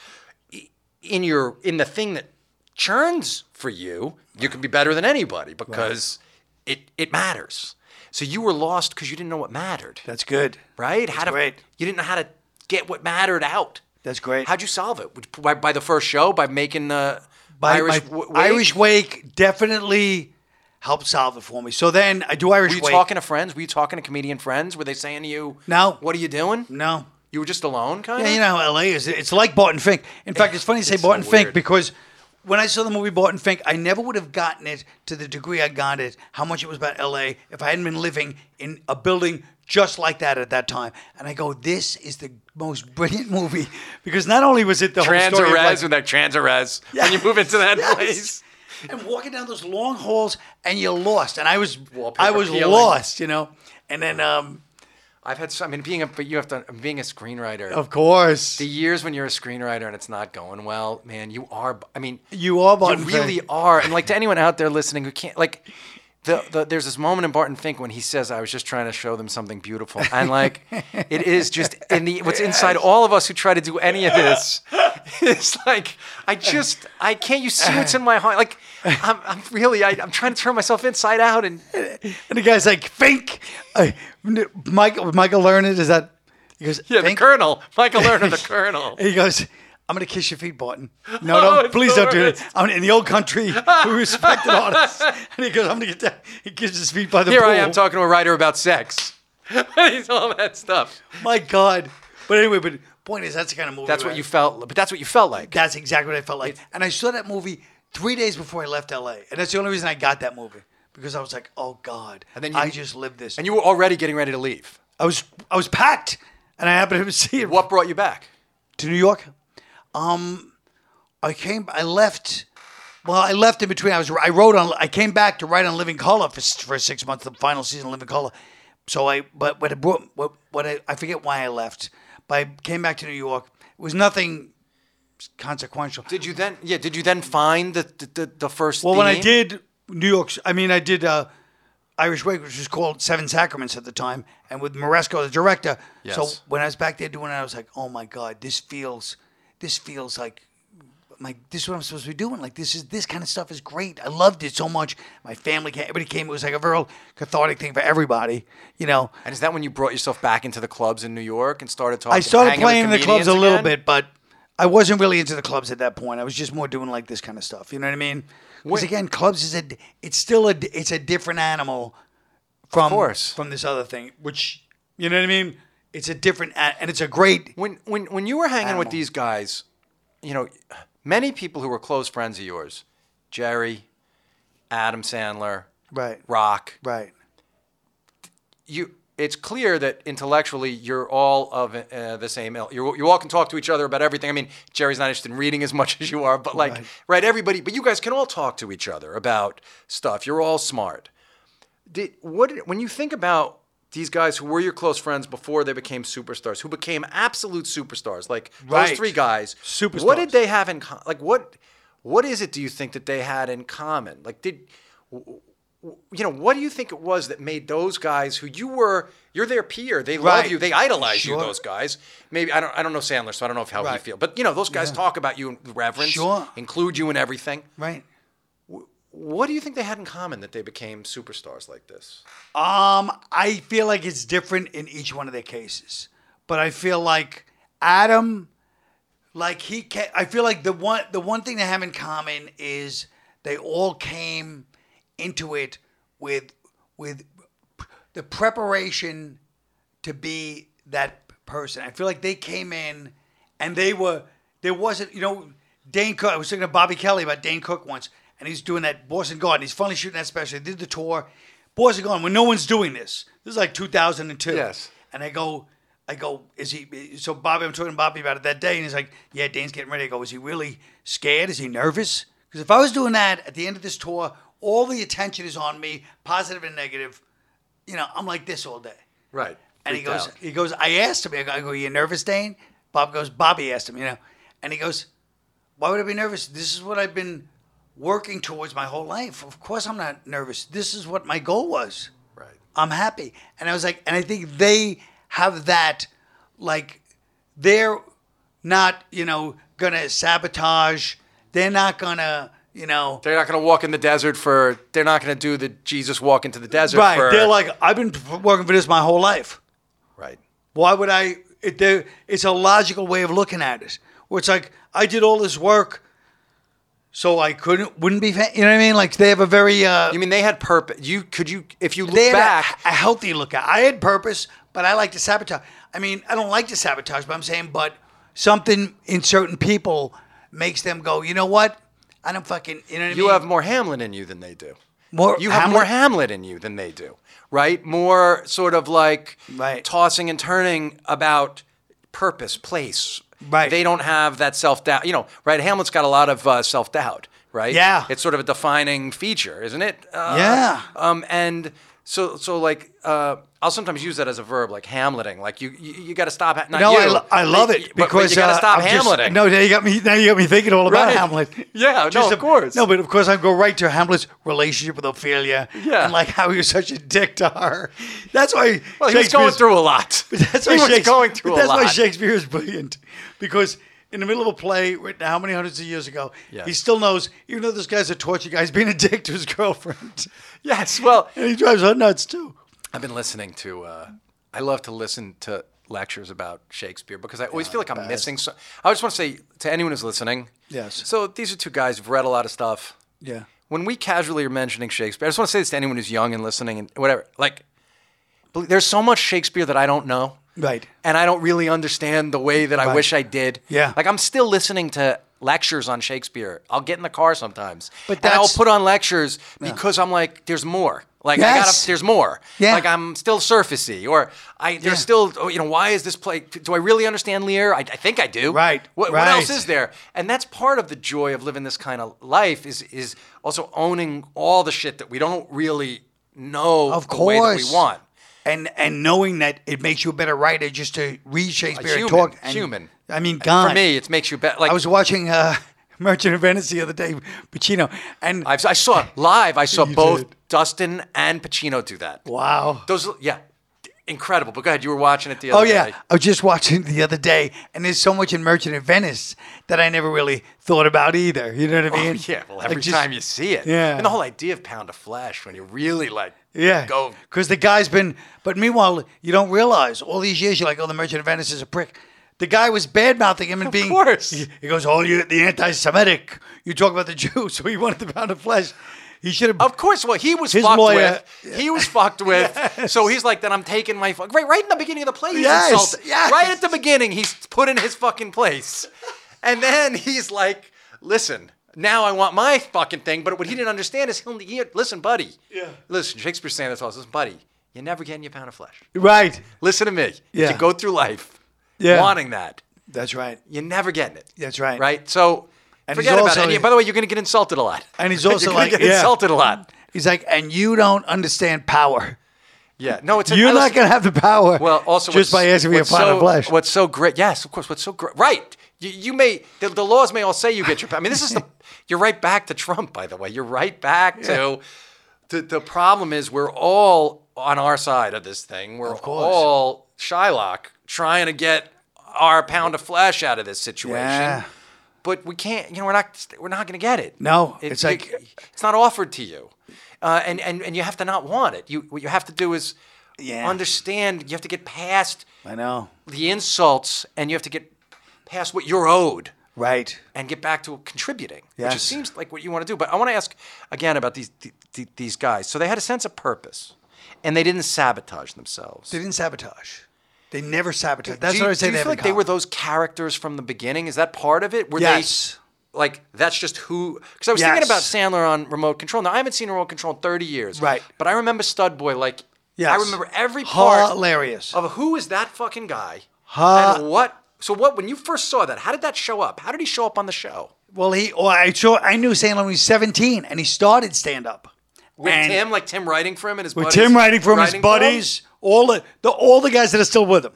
Speaker 1: I- in your in the thing that churns for you. You can be better than anybody because it it matters. So you were lost because you didn't know what mattered
Speaker 2: That's good.
Speaker 1: right? how to
Speaker 2: great.
Speaker 1: you didn't know how to get what mattered out.
Speaker 2: That's great.
Speaker 1: How'd you solve it? Would- By, by the first show, by making the
Speaker 2: By-
Speaker 1: Irish
Speaker 2: by-
Speaker 1: w-
Speaker 2: Irish Wake definitely helped solve it for me. So then I do Irish
Speaker 1: Were you
Speaker 2: Wake.
Speaker 1: talking to friends? Were you talking to comedian friends? Were they saying to you,
Speaker 2: No.
Speaker 1: what are you doing?"
Speaker 2: No.
Speaker 1: You were just alone, kind
Speaker 2: Yeah,
Speaker 1: of.
Speaker 2: you know how LA is. It's like Barton Fink. In fact, it's funny you say
Speaker 1: It's so
Speaker 2: Barton Fink
Speaker 1: weird.
Speaker 2: because when I saw the movie Barton Fink, I never would have gotten it to the degree I got it, how much it was about LA, if I hadn't been living in a building just like that at that time. And I go, this is the most brilliant movie (laughs) because not only was it the whole story of, like,
Speaker 1: Transarez with that Transarez. When you move into that
Speaker 2: (laughs) Yes.
Speaker 1: place,
Speaker 2: And walking down those long halls and you're lost. And I was
Speaker 1: Wallpaper
Speaker 2: I was
Speaker 1: peeling.
Speaker 2: lost, you know. And then um
Speaker 1: I've had. Some, I mean, being a but you have to being a screenwriter.
Speaker 3: of course.
Speaker 1: the years when you're a screenwriter and it's not going well, man, you are. I mean,
Speaker 3: You are Barton
Speaker 1: You really
Speaker 3: Fink.
Speaker 1: are. And like to anyone out there listening who can't, like, the, the there's this moment in Barton Fink when he says, "I was just trying to show them something beautiful," and like, it is just in the what's inside all of us who try to do any of this. (laughs) It's like I just I can't. You see what's in my heart. Like I'm, I'm really I, I'm trying to turn myself inside out and
Speaker 3: and the guy's like, Fink.
Speaker 2: Uh,
Speaker 3: I, Michael, Michael Learned is that? He goes,
Speaker 1: yeah,
Speaker 3: Fink?
Speaker 1: the Colonel Michael Lerner, the
Speaker 3: (laughs)
Speaker 1: Colonel.
Speaker 3: He goes, I'm going to kiss your feet, Barton. No,
Speaker 1: (laughs) Oh,
Speaker 3: don't,
Speaker 1: it's
Speaker 3: please
Speaker 1: the
Speaker 3: don't do it.
Speaker 1: worst.
Speaker 3: I'm in the old country. We respected artists. And he goes, I'm going to get down. He kisses his feet by the
Speaker 1: Here
Speaker 3: pool.
Speaker 1: I am talking to a writer about sex. (laughs) He's all that stuff.
Speaker 3: My God.
Speaker 2: but anyway, but point is that's the kind of movie
Speaker 1: That's
Speaker 2: where-
Speaker 1: what you felt, but that's what you felt like.
Speaker 2: That's exactly what I felt like. And I saw that movie three days before I left LA. And that's the only reason I got that movie. Because I was like, oh God. And
Speaker 1: then
Speaker 2: then
Speaker 1: you-
Speaker 2: I just lived this.
Speaker 1: And you were already getting ready to leave.
Speaker 2: I was I was packed and I happened to see it
Speaker 1: What brought you back?
Speaker 2: to New York. Um I came I left well, I left in between. I was I wrote on I came back to write on Living Color for s- for six months, the final season of Living Color. So I but what it brought what what I, I forget why I left. But I came back to New York. It was nothing consequential.
Speaker 1: Did you then? Yeah. Did you then find the the, the, the first?
Speaker 2: Well, when I
Speaker 1: theme?
Speaker 2: did New York, I mean, I did uh, Irish Wake, which was called Seven Sacraments at the time, and with Moresco, the director. So
Speaker 1: Yes.
Speaker 2: when I was back there doing it, I was like, oh my God, this feels, this feels like what my this is what I'm supposed to be doing. Like this is this kind of stuff is great. I loved it so much. My family came, everybody came. It was like a real cathartic thing for everybody. You know,
Speaker 1: And is that when you brought yourself back into the clubs in New York and started talking?
Speaker 2: I started
Speaker 1: hanging with
Speaker 2: playing in the clubs a
Speaker 1: comedians
Speaker 2: little
Speaker 1: again?
Speaker 2: bit, but I wasn't really into the clubs at that point. I was just more doing like this kind of stuff. You know what I mean? Because
Speaker 1: Wait.
Speaker 2: again, clubs is a d- it's still a d- it's a different animal from
Speaker 1: course.
Speaker 2: from this other thing, which you know what I mean. It's a different a- and it's a great
Speaker 1: When when when you were hanging with
Speaker 2: Animal.
Speaker 1: these guys, you know, many people who were close friends of yours, Jerry, Adam Sandler,
Speaker 2: right
Speaker 1: Rock,
Speaker 2: right
Speaker 1: you it's clear that intellectually you're all of uh, the same ilk. You're, you all can talk to each other about everything. I mean, Jerry's not interested in reading as much (laughs) as you are, but like, right. everybody, but you guys can all talk to each other about stuff. You're all smart. Did, what, did- when you think about these guys who were your close friends before they became superstars, who became absolute superstars, like
Speaker 2: Right.
Speaker 1: those three guys,
Speaker 2: Superstars.
Speaker 1: what did they have in common? Like, what, what is it do you think that they had in common? Like, did, you know, what do you think it was that made those guys who you were, you're their peer, they love
Speaker 2: Right.
Speaker 1: you, they idolize
Speaker 2: Sure.
Speaker 1: you, those guys. Maybe I don't, I don't know Sandler, so I don't know if how he
Speaker 2: Right.
Speaker 1: feels. But you know, those guys talk about you in reverence,
Speaker 2: Sure.
Speaker 1: include you in everything.
Speaker 2: right.
Speaker 1: What do you think they had in common that they became superstars like this?
Speaker 2: Um, I feel like it's different in each one of their cases, but I feel like Adam, like he, ca- I feel like the one the one thing they have in common is they all came into it with with p- the preparation to be that person. I feel like they came in and they were there wasn't you know Dane Cook. I was talking to Bobby Kelly about Dane Cook once, and he's doing that Boston Garden. He's finally shooting that special. He did the tour, Boston Garden when no one's doing this. This is like 2002.
Speaker 1: Yes.
Speaker 2: And I go, I go, is he? So Bobby, I'm talking to Bobby about it that day, and he's like, yeah, Dane's getting ready. I go, is he really scared? Is he nervous? Because if I was doing that at the end of this tour, all the attention is on me, positive and negative. You know, I'm like this all day.
Speaker 1: Right.
Speaker 2: And he
Speaker 1: Freaked
Speaker 2: goes,
Speaker 1: out.
Speaker 2: he goes, I asked him, I go, I go, you nervous, Dane? Bob goes, Bobby asked him, you know. And he goes, why would I be nervous? This is what I've been working towards my whole life. Of course I'm not nervous. This is what my goal was.
Speaker 1: Right.
Speaker 2: I'm happy. And I was like, and I think they have that, like, they're not, you know, gonna sabotage. They're not gonna, you know,
Speaker 1: They're not going to walk in the desert for, they're not going to do the Jesus walk into the desert
Speaker 2: right?
Speaker 1: for.
Speaker 2: They're like, I've been working for this my whole life.
Speaker 1: right.
Speaker 2: Why would I? It, there, it's a logical way of looking at it. Where it's like I did all this work, so I couldn't, wouldn't be. fa- You know what I mean? Like they have a very. Uh,
Speaker 1: You mean they had purpose. You, could you, if you look
Speaker 2: they had
Speaker 1: back,
Speaker 2: a, a healthy look at. I had purpose, but I like to sabotage. I mean, I don't like to sabotage, but I'm saying, but something in certain people makes them go. You know what? I don't fucking. You know what I mean?
Speaker 1: You have more Hamlet in you than they do.
Speaker 2: More
Speaker 1: you have
Speaker 2: Hamlet?
Speaker 1: more Hamlet in you than they do, right? More sort of like
Speaker 2: Right.
Speaker 1: tossing and turning about purpose, place.
Speaker 2: Right.
Speaker 1: They don't have that self doubt. You know, right? Hamlet's got a lot of uh, self doubt, right?
Speaker 2: Yeah.
Speaker 1: It's sort of a defining feature, isn't it? Uh,
Speaker 2: Yeah.
Speaker 1: Um, and so, so like, uh, I'll sometimes use that as a verb, like Hamleting. Like you, you, you got to stop. Not
Speaker 2: No,
Speaker 1: you,
Speaker 2: I, lo- I
Speaker 1: but-
Speaker 2: love it
Speaker 1: but- but
Speaker 2: because
Speaker 1: you got to
Speaker 2: uh,
Speaker 1: stop
Speaker 2: I'm just-
Speaker 1: Hamleting.
Speaker 2: no, now you got me. Now you got me thinking all about
Speaker 1: Right.
Speaker 2: Hamlet.
Speaker 1: (laughs) Yeah, no,
Speaker 2: Just
Speaker 1: of course.
Speaker 2: No, but of course I go right to Hamlet's relationship with Ophelia.
Speaker 1: Yeah.
Speaker 2: and like how he was such a dick to her. That's why.
Speaker 1: Well, he was going
Speaker 2: Shakespeare's-
Speaker 1: through a lot.
Speaker 2: (laughs) That's
Speaker 1: (laughs)
Speaker 2: why
Speaker 1: he was
Speaker 2: Shakespeare-
Speaker 1: going through a
Speaker 2: That's
Speaker 1: lot.
Speaker 2: why Shakespeare is brilliant because in the middle of a play written how many hundreds of years ago,
Speaker 1: Yeah.
Speaker 2: he still knows, even though this guy's a torture guy, he's being a dick to his (laughs) girlfriend,
Speaker 1: yes, well,
Speaker 2: and he drives her nuts too.
Speaker 1: I've been listening to. Uh, I love to listen to lectures about Shakespeare because I always feel like I'm missing. So I just want to say to anyone who's listening.
Speaker 2: Yes.
Speaker 1: So these are two guys who've read a lot of stuff.
Speaker 2: Yeah.
Speaker 1: When we casually are mentioning Shakespeare, I just want to say this to anyone who's young and listening and whatever. Like, bel- there's so much Shakespeare that I don't know.
Speaker 2: Right.
Speaker 1: And I don't really understand the way that I
Speaker 2: Right.
Speaker 1: wish I did.
Speaker 2: Yeah.
Speaker 1: Like I'm still listening to lectures on Shakespeare. I'll get in the car sometimes.
Speaker 2: But
Speaker 1: and I'll
Speaker 2: that's-
Speaker 1: put on lectures because I'm like, there's more. Like I
Speaker 2: Yes.
Speaker 1: gotta, there's more.
Speaker 2: Yeah.
Speaker 1: Like I'm still surfacey, or I there's
Speaker 2: Yeah.
Speaker 1: still, oh, you know, why is this play? Do I really understand Lear? I, I think I do.
Speaker 2: Right.
Speaker 1: What,
Speaker 2: Right.
Speaker 1: what else is there? And that's part of the joy of living this kind of life is is also owning all the shit that we don't really know
Speaker 2: Of
Speaker 1: the way that
Speaker 2: course.
Speaker 1: we want.
Speaker 2: and and knowing that it makes you a better writer just to read Shakespeare
Speaker 1: human,
Speaker 2: and talk. And,
Speaker 1: human.
Speaker 2: I mean, God.
Speaker 1: For me, it makes you better. Like
Speaker 2: I was watching uh, (laughs) Merchant of Venice the other day, Pacino, and
Speaker 1: I've, I saw live. I saw
Speaker 2: You
Speaker 1: both
Speaker 2: did.
Speaker 1: Dustin and Pacino do that.
Speaker 2: wow,
Speaker 1: Those, yeah, incredible. But go ahead, you were watching it the other
Speaker 2: Oh yeah,
Speaker 1: day.
Speaker 2: I was just watching it the other day, and there's so much in Merchant of Venice that I never really thought about either. You know what I mean?
Speaker 1: Oh, Yeah, well, every
Speaker 2: Like, just-
Speaker 1: time you see it.
Speaker 2: Yeah.
Speaker 1: And the whole idea of Pound of Flesh when you really like
Speaker 2: Yeah,
Speaker 1: go.
Speaker 2: because the guy's been. But meanwhile, you don't realize all these years you're like, oh, the Merchant of Venice is a prick. The guy was bad mouthing him and
Speaker 1: Of
Speaker 2: being.
Speaker 1: course.
Speaker 2: He, he goes, oh, you're the anti-Semitic. You talk about the (laughs) Jews, so he wanted the pound of flesh. He should have.
Speaker 1: Of course, well, he was
Speaker 2: His
Speaker 1: fucked
Speaker 2: lawyer-
Speaker 1: with. He was
Speaker 2: (laughs)
Speaker 1: fucked with. So he's like, then I'm taking my fuck. Right, right in the beginning of the play, he's
Speaker 2: Yes,
Speaker 1: insulted.
Speaker 2: yes.
Speaker 1: Right at the beginning, he's put in his fucking place. And then he's like, listen, now I want my fucking thing. But what he didn't understand is he'll, he, listen, buddy. Yeah. Listen, Shakespeare's saying this all. Listen, buddy, you're never getting your pound of flesh.
Speaker 2: Right.
Speaker 1: Listen to me. If
Speaker 2: Yeah.
Speaker 1: you go through life
Speaker 2: Yeah.
Speaker 1: wanting that,
Speaker 2: That's right.
Speaker 1: you're never getting it.
Speaker 2: That's right.
Speaker 1: Right? So
Speaker 2: And
Speaker 1: forget
Speaker 2: he's
Speaker 1: about
Speaker 2: also-
Speaker 1: it. And yeah, by the way, you're going to get insulted a lot.
Speaker 2: And he's
Speaker 1: (laughs) You're
Speaker 2: also
Speaker 1: gonna
Speaker 2: like,
Speaker 1: get
Speaker 2: yeah.
Speaker 1: insulted a lot.
Speaker 2: He's like, and you don't understand power.
Speaker 1: Yeah. No, it's
Speaker 2: You're
Speaker 1: I
Speaker 2: not
Speaker 1: listen-
Speaker 2: going to have the power.
Speaker 1: Well, also what's-
Speaker 2: just by asking me a
Speaker 1: what's
Speaker 2: pound
Speaker 1: so,
Speaker 2: of flesh.
Speaker 1: What's so great? Yes, of course. What's so great? Right. You, you may the, the laws may all say you get your. I mean, this is
Speaker 2: (laughs)
Speaker 1: the. You're right back to Trump, by the way. You're right back to. The, the problem is we're all on our side of this thing. We're
Speaker 2: course.
Speaker 1: all Shylock trying to get our pound of flesh out of this situation.
Speaker 2: Yeah.
Speaker 1: But we can't. You know, we're not. We're not going to get it.
Speaker 2: No,
Speaker 1: It-
Speaker 2: it's like-
Speaker 1: it- it's not offered to you, uh, and and and you have to not want it. You what you have to do is
Speaker 2: Yeah.
Speaker 1: understand you have to get past
Speaker 2: I know.
Speaker 1: the insults and you have to get past what you're owed
Speaker 2: Right.
Speaker 1: and get back to contributing which
Speaker 2: Yes.
Speaker 1: just seems like what you want to do but i want to ask again about these th- th- these guys so they had a sense of purpose and they didn't sabotage themselves
Speaker 2: They didn't sabotage. They never sabotage.
Speaker 1: do
Speaker 2: That's
Speaker 1: you,
Speaker 2: what I say.
Speaker 1: do you
Speaker 2: have
Speaker 1: feel
Speaker 2: in
Speaker 1: like they were
Speaker 2: common.
Speaker 1: those characters from the beginning is that part of it were
Speaker 2: Yes.
Speaker 1: they like that's just who because i was thinking
Speaker 2: Yes.
Speaker 1: about sandler on remote control now i haven't seen remote control in 30 years
Speaker 2: Right.
Speaker 1: but i remember stud boy like i
Speaker 2: Yes.
Speaker 1: remember every part
Speaker 2: hilarious.
Speaker 1: of who is that fucking guy
Speaker 2: Huh.
Speaker 1: and what so what when you first saw that how did that show up how did he show up on the show
Speaker 2: Well, he. Well, I saw. I knew Sandler when he was seventeen, and he started stand up
Speaker 1: with tim like tim writing for him and his
Speaker 2: With
Speaker 1: buddies
Speaker 2: Tim writing from his
Speaker 1: Writing for him?
Speaker 2: buddies, all the, the all the guys that are still with him,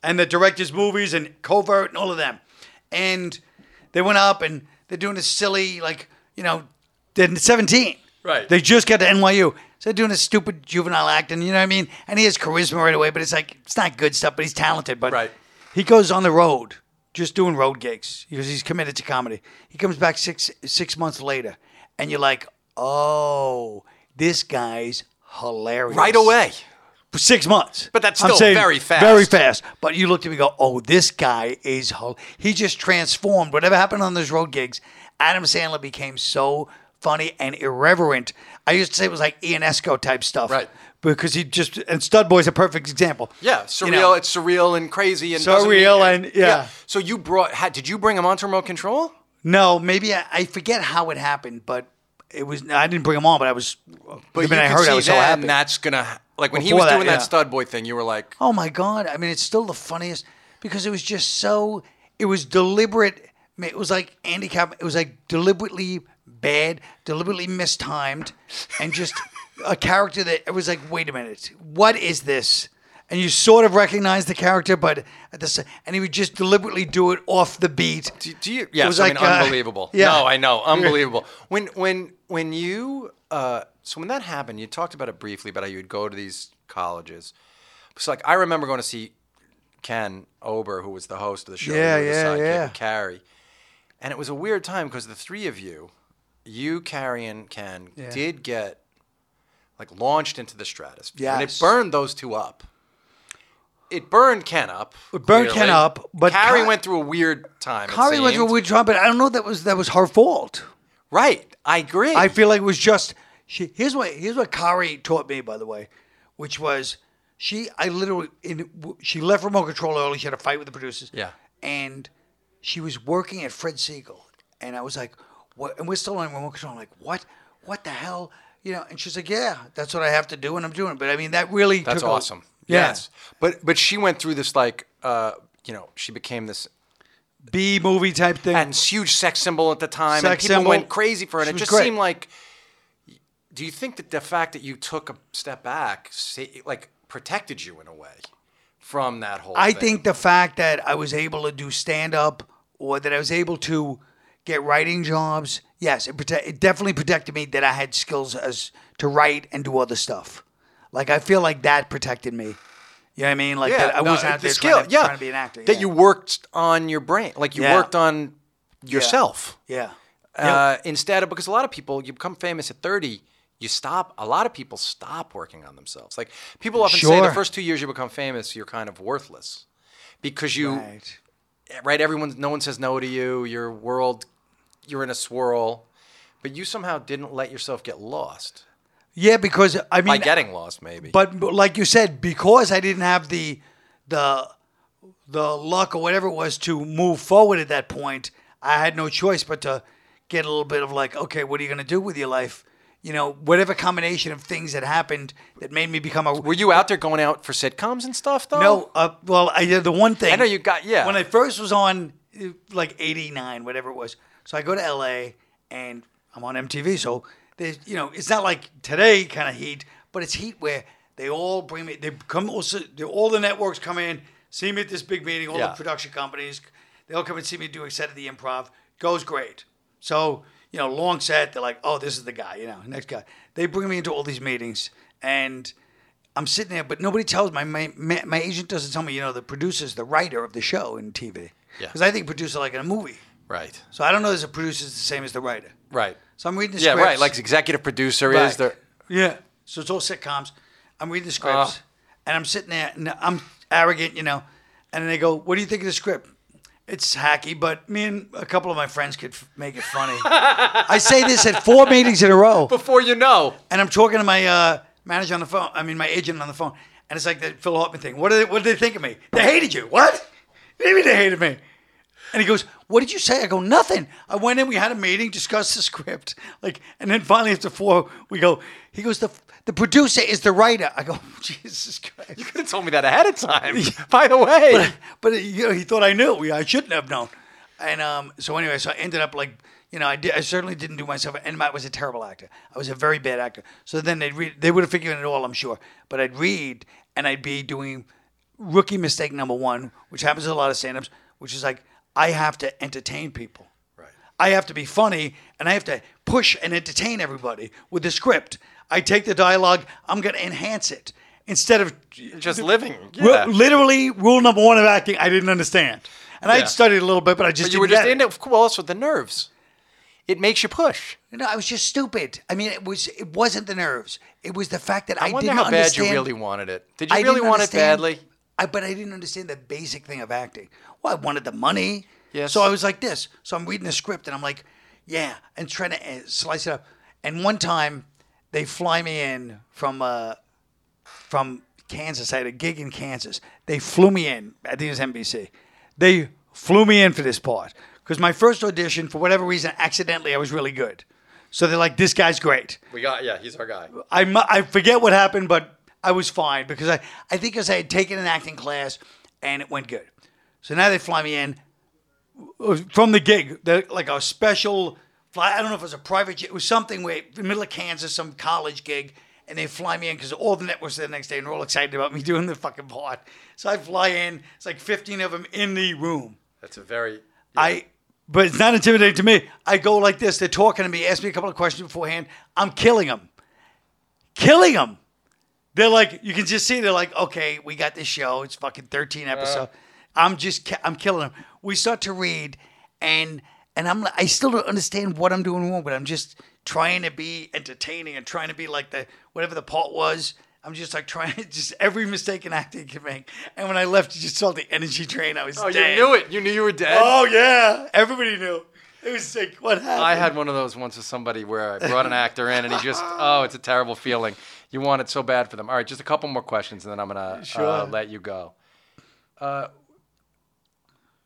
Speaker 2: and the directors' movies and Covert and all of them, and they went up and they're doing this silly like you know they're seventeen.
Speaker 1: Right.
Speaker 2: They just got to NYU. So they're doing this stupid juvenile acting, you know what I mean? And he has charisma right away, but it's like it's not good stuff, but he's talented. But
Speaker 1: Right.
Speaker 2: he goes on the road, just doing road gigs because he's committed to comedy. He comes back six six months later, and you're like, oh, this guy's hilarious.
Speaker 1: right away
Speaker 2: For six months.
Speaker 1: But that's
Speaker 2: I'm
Speaker 1: still
Speaker 2: saying
Speaker 1: very fast.
Speaker 2: Very fast. But you look at me and go, oh, this guy is hol- he just transformed. Whatever happened on those road gigs, Adam Sandler became so funny and irreverent. I used to say it was like Ian Esco type stuff.
Speaker 1: Right.
Speaker 2: Because he just and Stud Boy's a perfect example.
Speaker 1: yeah surreal
Speaker 2: You know,
Speaker 1: it's surreal and crazy and doesn't
Speaker 2: Surreal
Speaker 1: mean-
Speaker 2: and- yeah.
Speaker 1: so you brought had, did you bring him onto remote control
Speaker 2: no, maybe I, I forget how it happened, but it was I didn't bring him on, but I was
Speaker 1: but
Speaker 2: I mean,
Speaker 1: you
Speaker 2: I
Speaker 1: could
Speaker 2: heard
Speaker 1: see
Speaker 2: I was so
Speaker 1: then
Speaker 2: happy.
Speaker 1: that's gonna like when he
Speaker 2: Before
Speaker 1: was
Speaker 2: that,
Speaker 1: doing
Speaker 2: yeah.
Speaker 1: that stud boy thing you were like
Speaker 2: Oh my god! I mean, it's still the funniest because it was just so. It was deliberate. I mean, It was like Andy Kaufman. It was like deliberately bad, deliberately mistimed, and just a character that it was like, wait a minute, what is this? And you sort of recognize the character, but at the s- and he would just deliberately do it off the beat.
Speaker 1: Do, do you? Yes,
Speaker 2: was
Speaker 1: I
Speaker 2: like,
Speaker 1: mean,
Speaker 2: uh,
Speaker 1: unbelievable.
Speaker 2: (laughs) yeah.
Speaker 1: No, I know, unbelievable. when when when you uh, so when that happened, you talked about it briefly about how you'd go to these colleges. So like I remember going to see Ken Ober, who was the host of the show. you
Speaker 2: Yeah,
Speaker 1: were the
Speaker 2: yeah,
Speaker 1: sidekick
Speaker 2: yeah.
Speaker 1: of Carrie, and it was a weird time because the three of you, you, Carrie, and Ken, did get like launched into the stratosphere, and it
Speaker 2: Yes.
Speaker 1: burned those two up. It burned Ken up. It
Speaker 2: burned Ken up, but
Speaker 1: Carrie
Speaker 2: Ky-
Speaker 1: went through a weird time. it
Speaker 2: Kari went through a
Speaker 1: seemed.
Speaker 2: weird trial, but I don't know that was that was her fault.
Speaker 1: Right. I agree.
Speaker 2: I feel like it was just she. Here's what here's what Kari taught me, by the way, which was she. I literally in, she left remote control early. She had a fight with the producers.
Speaker 1: Yeah.
Speaker 2: and she was working at Fred Siegel, and I was like, "What?" And we're still on remote control. I'm like, "What? What the hell?" You know. And she's like, "Yeah, that's what I have to do, and I'm doing it." But I mean, that really
Speaker 1: That's
Speaker 2: took a-
Speaker 1: awesome.
Speaker 2: Yeah.
Speaker 1: Yes. But but she went through this like uh, you know, she became this
Speaker 2: B movie type thing.
Speaker 1: and huge sex symbol at the time and
Speaker 2: Sex
Speaker 1: people
Speaker 2: symbol.
Speaker 1: went crazy for it.
Speaker 2: She
Speaker 1: It
Speaker 2: was
Speaker 1: just
Speaker 2: great.
Speaker 1: seemed like do you think that the fact that you took a step back sa- like protected you in a way from that whole
Speaker 2: I
Speaker 1: thing?
Speaker 2: think the fact that I was able to do stand up or that I was able to get writing jobs, yes, it, prote- it definitely protected me that I had skills as to write and do other stuff. Like I feel like that protected me You know what I mean? Like
Speaker 1: Yeah,
Speaker 2: that I
Speaker 1: no,
Speaker 2: wasn't out
Speaker 1: the
Speaker 2: there
Speaker 1: skill.
Speaker 2: trying, to,
Speaker 1: yeah,
Speaker 2: trying to be an actor.
Speaker 1: That
Speaker 2: yeah.
Speaker 1: you worked on your brain, like you
Speaker 2: Yeah.
Speaker 1: worked on yourself.
Speaker 2: Yeah.
Speaker 1: Uh, instead of because a lot of people you become famous at 30 you stop a lot of people stop working on themselves like people often say the
Speaker 2: Sure.
Speaker 1: first two years you become famous you're kind of worthless because you right,
Speaker 2: Right.
Speaker 1: everyone no one says no to you your world you're in a swirl but you somehow didn't let yourself get lost
Speaker 2: Yeah, because I
Speaker 1: by
Speaker 2: mean,
Speaker 1: getting lost maybe
Speaker 2: but but like you said, because I didn't have the the the luck or whatever it was to move forward at that point, I had no choice but to get a little bit of like, okay, what are you going to do with your life? You know, whatever combination of things that happened that made me become a
Speaker 1: were you out there going out for sitcoms and stuff though
Speaker 2: no, uh, well, I did the one thing.
Speaker 1: I know you got- yeah.
Speaker 2: When I first was on, uh, like '89, whatever it was. So I go to LA and I'm on MTV. So there's, you know, it's not like today kind of heat, but it's heat where they all bring me. They come also. they- All the networks come in, see me at this big meeting. All
Speaker 1: Yeah.
Speaker 2: the production companies, they all come and see me do a set at the Improv. Goes great. So you know, long set. They're like, oh, this is the guy. You know, next guy. They bring me into all these meetings and. I'm sitting there, but nobody tells my my, my my agent doesn't tell me. You know, the producer's the writer of the show in TV.
Speaker 1: Yeah.
Speaker 2: Because I think producer like in a movie,
Speaker 1: right
Speaker 2: so I don't know if the producer's the same as the writer.
Speaker 1: right
Speaker 2: So I'm reading the
Speaker 1: yeah
Speaker 2: scripts.
Speaker 1: right like executive producer is
Speaker 2: Right.
Speaker 1: there
Speaker 2: Yeah. So it's all sitcoms. I'm reading the scripts,
Speaker 1: Ah.
Speaker 2: and I'm sitting there, and I'm arrogant, you know. And they go, "What do you think of the script?" It's hacky, but me and a couple of my friends could f- make it
Speaker 1: (laughs)
Speaker 2: funny. I say this at four meetings in a row
Speaker 1: before you know (laughs)
Speaker 2: and I'm talking to my uh, manager on the phone. I mean, my agent on the phone, and it's like the Phil Hartman thing. What did they, what did they think of me? They hated you. What? What do you mean they hated me? And he goes, "What did you say?" I go, "Nothing." I went in. We had a meeting, discussed the script, like, and then finally after four, we go. He goes, "the The producer is the writer." I go, (laughs) "Jesus Christ!"
Speaker 1: could have told me that ahead of
Speaker 2: (laughs)
Speaker 1: time by the way
Speaker 2: But you know, he thought I knew. I shouldn't have known. And um, so anyway, so I ended up like, you know, I, did, I certainly didn't do myself. And I was a terrible actor. I was a very bad actor. So then they'd read. They would have figured it all, I'm sure. But I'd read, and I'd be doing rookie mistake number one, which happens to a lot of stand-ups, which is like I have to entertain people.
Speaker 1: Right.
Speaker 2: I have to be funny and I have to push and entertain everybody with the script. I take the dialogue, I'm going to enhance it instead of
Speaker 1: just
Speaker 2: (laughs)
Speaker 1: living
Speaker 2: Ru-
Speaker 1: yeah.
Speaker 2: literally, rule number one of acting, I didn't understand. And
Speaker 1: Yeah.
Speaker 2: I'd studied a little bit, but I just
Speaker 1: But you were
Speaker 2: didn't
Speaker 1: just
Speaker 2: get
Speaker 1: in it. Well, also the nerves. It makes you push.
Speaker 2: No, I was just stupid. I mean, it was it wasn't the nerves. It was the fact that I,
Speaker 1: I wonder
Speaker 2: didn't
Speaker 1: how bad
Speaker 2: understand.
Speaker 1: you really wanted it. Did you
Speaker 2: I
Speaker 1: really
Speaker 2: didn't
Speaker 1: want it
Speaker 2: understand-
Speaker 1: badly?
Speaker 2: I, but I didn't understand the basic thing of acting. Well, I wanted the money.
Speaker 1: Yes.
Speaker 2: So I was like this. So I'm reading the script and I'm like, yeah, and trying to uh, slice it up. And one time, they fly me in from uh, from Kansas. I had a gig in Kansas. They flew me in. I think it was NBC. They flew me in for this part because my first audition, for whatever reason, accidentally, I was really good. So they're like, this guy's great.
Speaker 1: We got yeah. He's our guy.
Speaker 2: I, mu- I forget what happened, but I was fine because I, I think because I had taken an acting class and it went good. So now they fly me in uh, from the gig, They're like a special fly. I don't know if it was a private jet, it was something where in the middle of Kansas, some college gig, and they fly me in because all the networks there the next day and they're all excited about me (laughs) doing the fucking part. So I fly in, it's like 15 of them in the room.
Speaker 1: That's a very.
Speaker 2: I, but it's not intimidating to me. I go like this. They're talking to me, ask me a couple of questions beforehand. I'm killing them, killing them. They're like, you can just see. They're like, okay, we got this show. It's fucking 13
Speaker 1: Uh-huh.
Speaker 2: episode. I'm just, ki- I'm killing them. We start to read, and and I'm, I still don't understand what I'm doing wrong, but I'm just trying to be entertaining and trying to be like the whatever the part was. I'm just like trying (laughs) to just every mistake in acting you can make. And when I left, you just saw the energy drain. I was
Speaker 1: Oh,
Speaker 2: dead.
Speaker 1: you knew it. You knew you were dead.
Speaker 2: Oh yeah, everybody knew. It was like what happened.
Speaker 1: I had one of those once with somebody where I brought an actor in and he
Speaker 2: (laughs)
Speaker 1: just oh, it's a terrible feeling. You want it so bad for them. All right, just a couple more questions and then I'm gonna uh,
Speaker 2: Sure.
Speaker 1: let you go. Uh,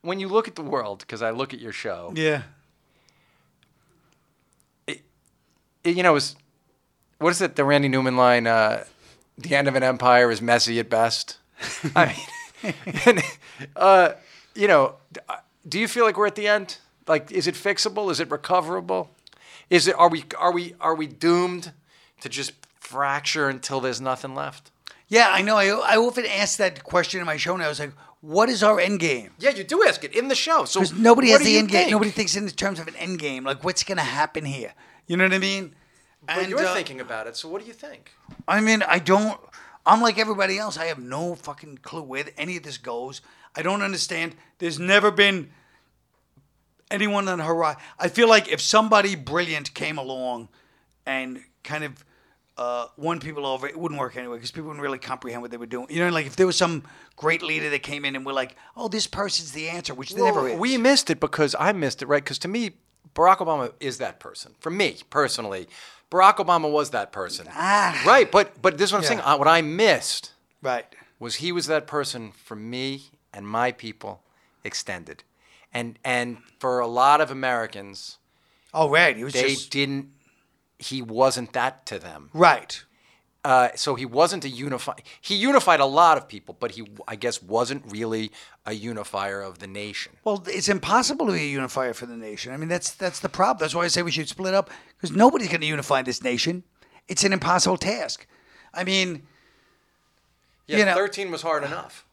Speaker 1: when you look at the world, because I look at your show,
Speaker 2: yeah.
Speaker 1: you know, is what is it? The Randy Newman line: uh, "The end of an empire is messy at best." (laughs) I mean, (laughs) and, uh, you know, d- uh, do you feel like we're at the end? Like, is it fixable? Is it recoverable? Is it? Are we? Are we? Are we doomed to just fracture until there's nothing left?
Speaker 2: Yeah, I know. I, I often asked that question in my show, and I was like, "What is our end game?"
Speaker 1: Yeah, you do ask it in the show. So
Speaker 2: Because nobody
Speaker 1: what do
Speaker 2: has the
Speaker 1: you
Speaker 2: end
Speaker 1: think?
Speaker 2: game. Nobody thinks in terms of an end game. Like, what's going to happen here? You know what I mean?
Speaker 1: But
Speaker 2: And,
Speaker 1: you're
Speaker 2: uh,
Speaker 1: thinking about it. So what do you think?
Speaker 2: I mean, I don't. I'm like everybody else. I have no fucking clue where any of this goes. I don't understand. There's never been anyone on the horizon. I feel like if somebody brilliant came along and kind of uh, won people over, it wouldn't work anyway because people wouldn't really comprehend what they were doing. You know, like if there was some great leader that came in and we're like, oh, this person's the answer, which they never
Speaker 1: Well,
Speaker 2: is.
Speaker 1: We missed it because I missed it, right? Because to me, Barack Obama is that person. For me personally, Barack Obama was that person.
Speaker 2: Ah.
Speaker 1: Right, but but this is what I'm saying. Uh, What I missed
Speaker 2: right.
Speaker 1: was he was that person for me and my people extended, and and for a lot of Americans,
Speaker 2: Oh, right. He was
Speaker 1: they
Speaker 2: just
Speaker 1: didn't. He wasn't that to them.
Speaker 2: right.
Speaker 1: Uh, so he wasn't a unify. He unified a lot of people, but he, I guess, wasn't really a unifier of the nation.
Speaker 2: Well, it's impossible to be a unifier for the nation. I mean, that's that's the problem. That's why I say we should split up because nobody's going to unify this nation. It's an impossible task. I mean,
Speaker 1: Yeah,
Speaker 2: You know-
Speaker 1: thirteen was hard enough.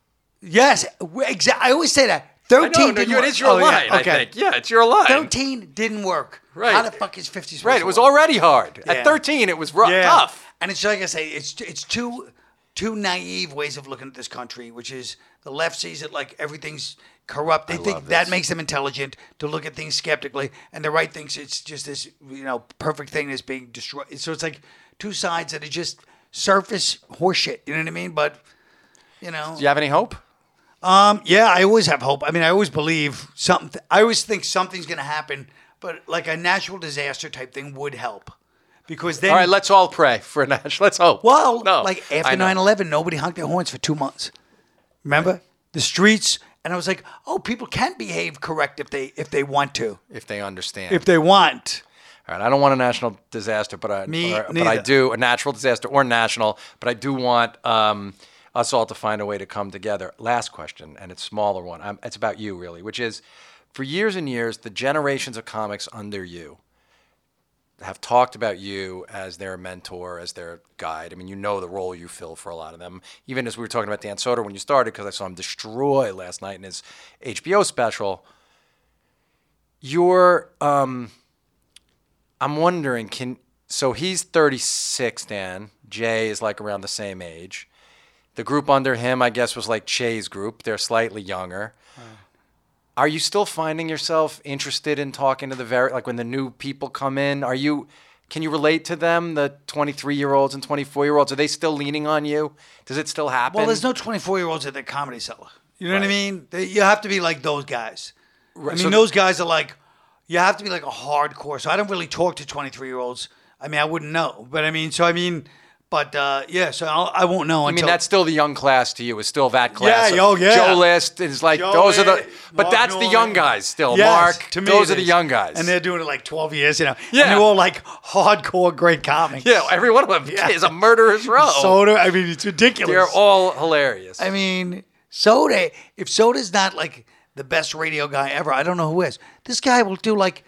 Speaker 2: yes, exactly. I always say that. Thirteen didn't work. Oh, yeah, okay.
Speaker 1: Yeah, it's your line.
Speaker 2: Thirteen didn't work.
Speaker 1: Right.
Speaker 2: How the fuck is fifty?
Speaker 1: Right, it was already hard.
Speaker 2: Yeah.
Speaker 1: At 13, it was rough,
Speaker 2: Yeah.
Speaker 1: tough.
Speaker 2: And it's like I say, it's it's two two naive ways of looking at this country, which is the left sees it like everything's corrupt. They think
Speaker 1: love
Speaker 2: that
Speaker 1: this.
Speaker 2: makes them intelligent to look at things skeptically, and the right thinks it's just this you know perfect thing that's being destroyed. So it's like two sides that are just surface horseshit. You know what I mean? But you know,
Speaker 1: Do you have any hope?
Speaker 2: um, yeah, I always have hope. I mean, I always believe something. I always think something's going to happen, but like a natural disaster type thing would help. Because then
Speaker 1: All right, let's all pray for Nash. (laughs) Let's hope.
Speaker 2: well,
Speaker 1: no,
Speaker 2: like
Speaker 1: I
Speaker 2: after
Speaker 1: know.
Speaker 2: 9 11, nobody honked their horns for two months. Remember? The streets. And I was like, oh, people can behave correct if they if they want to.
Speaker 1: if they understand.
Speaker 2: If they want.
Speaker 1: all right, I don't want a national disaster, but I,
Speaker 2: Me
Speaker 1: or- but I
Speaker 2: neither.
Speaker 1: do a natural disaster or national, but I do want um, us all to find a way to come together. Last question, and it's smaller one. i it's about you really, which is, for years and years, the generations of comics under you have talked about you as their mentor, as their guide. I mean, you know the role you fill for a lot of them. Even as we were talking about Dan Soder when you started, because I saw him destroy last night in his HBO special. Your, um, I'm wondering, can so he's 36, Dan. Jay is like around the same age. The group under him, I guess, was like Che's group. They're slightly younger. Are you still finding yourself interested in talking to the very like when the new people come in? Are you can you relate to them, the 23 year olds and 24 year olds? Are they still leaning on you? Does it still happen?
Speaker 2: Well, there's no 24 year olds at the comedy cellar. You know what
Speaker 1: Right.
Speaker 2: I mean? They, you have to be like those guys. I mean,
Speaker 1: so-
Speaker 2: those guys are like, you have to be like a hardcore. So I don't really talk to 23 year olds. I mean, I wouldn't know. But I mean, so I mean, but uh, yeah, so I'll, I won't know
Speaker 1: I mean,
Speaker 2: until.
Speaker 1: that's still the young class to you. Is still that class?
Speaker 2: Yeah,
Speaker 1: of
Speaker 2: oh, yeah.
Speaker 1: Joe List is like
Speaker 2: Joe
Speaker 1: those are the,
Speaker 2: List,
Speaker 1: but
Speaker 2: Mark
Speaker 1: that's the young
Speaker 2: Norman.
Speaker 1: guys still.
Speaker 2: Yes,
Speaker 1: Mark,
Speaker 2: to me
Speaker 1: those
Speaker 2: it
Speaker 1: are the
Speaker 2: is.
Speaker 1: young guys.
Speaker 2: and they're doing it like 12 years, you know.
Speaker 1: Yeah.
Speaker 2: and they're all like hardcore great
Speaker 1: (laughs)
Speaker 2: comics.
Speaker 1: yeah, every one of them
Speaker 2: Yeah.
Speaker 1: is a
Speaker 2: (laughs)
Speaker 1: murderer's row.
Speaker 2: soda. I mean, it's ridiculous.
Speaker 1: They're all hilarious.
Speaker 2: I mean, soda. If soda's not like the best radio guy ever, I don't know who is. This guy will do like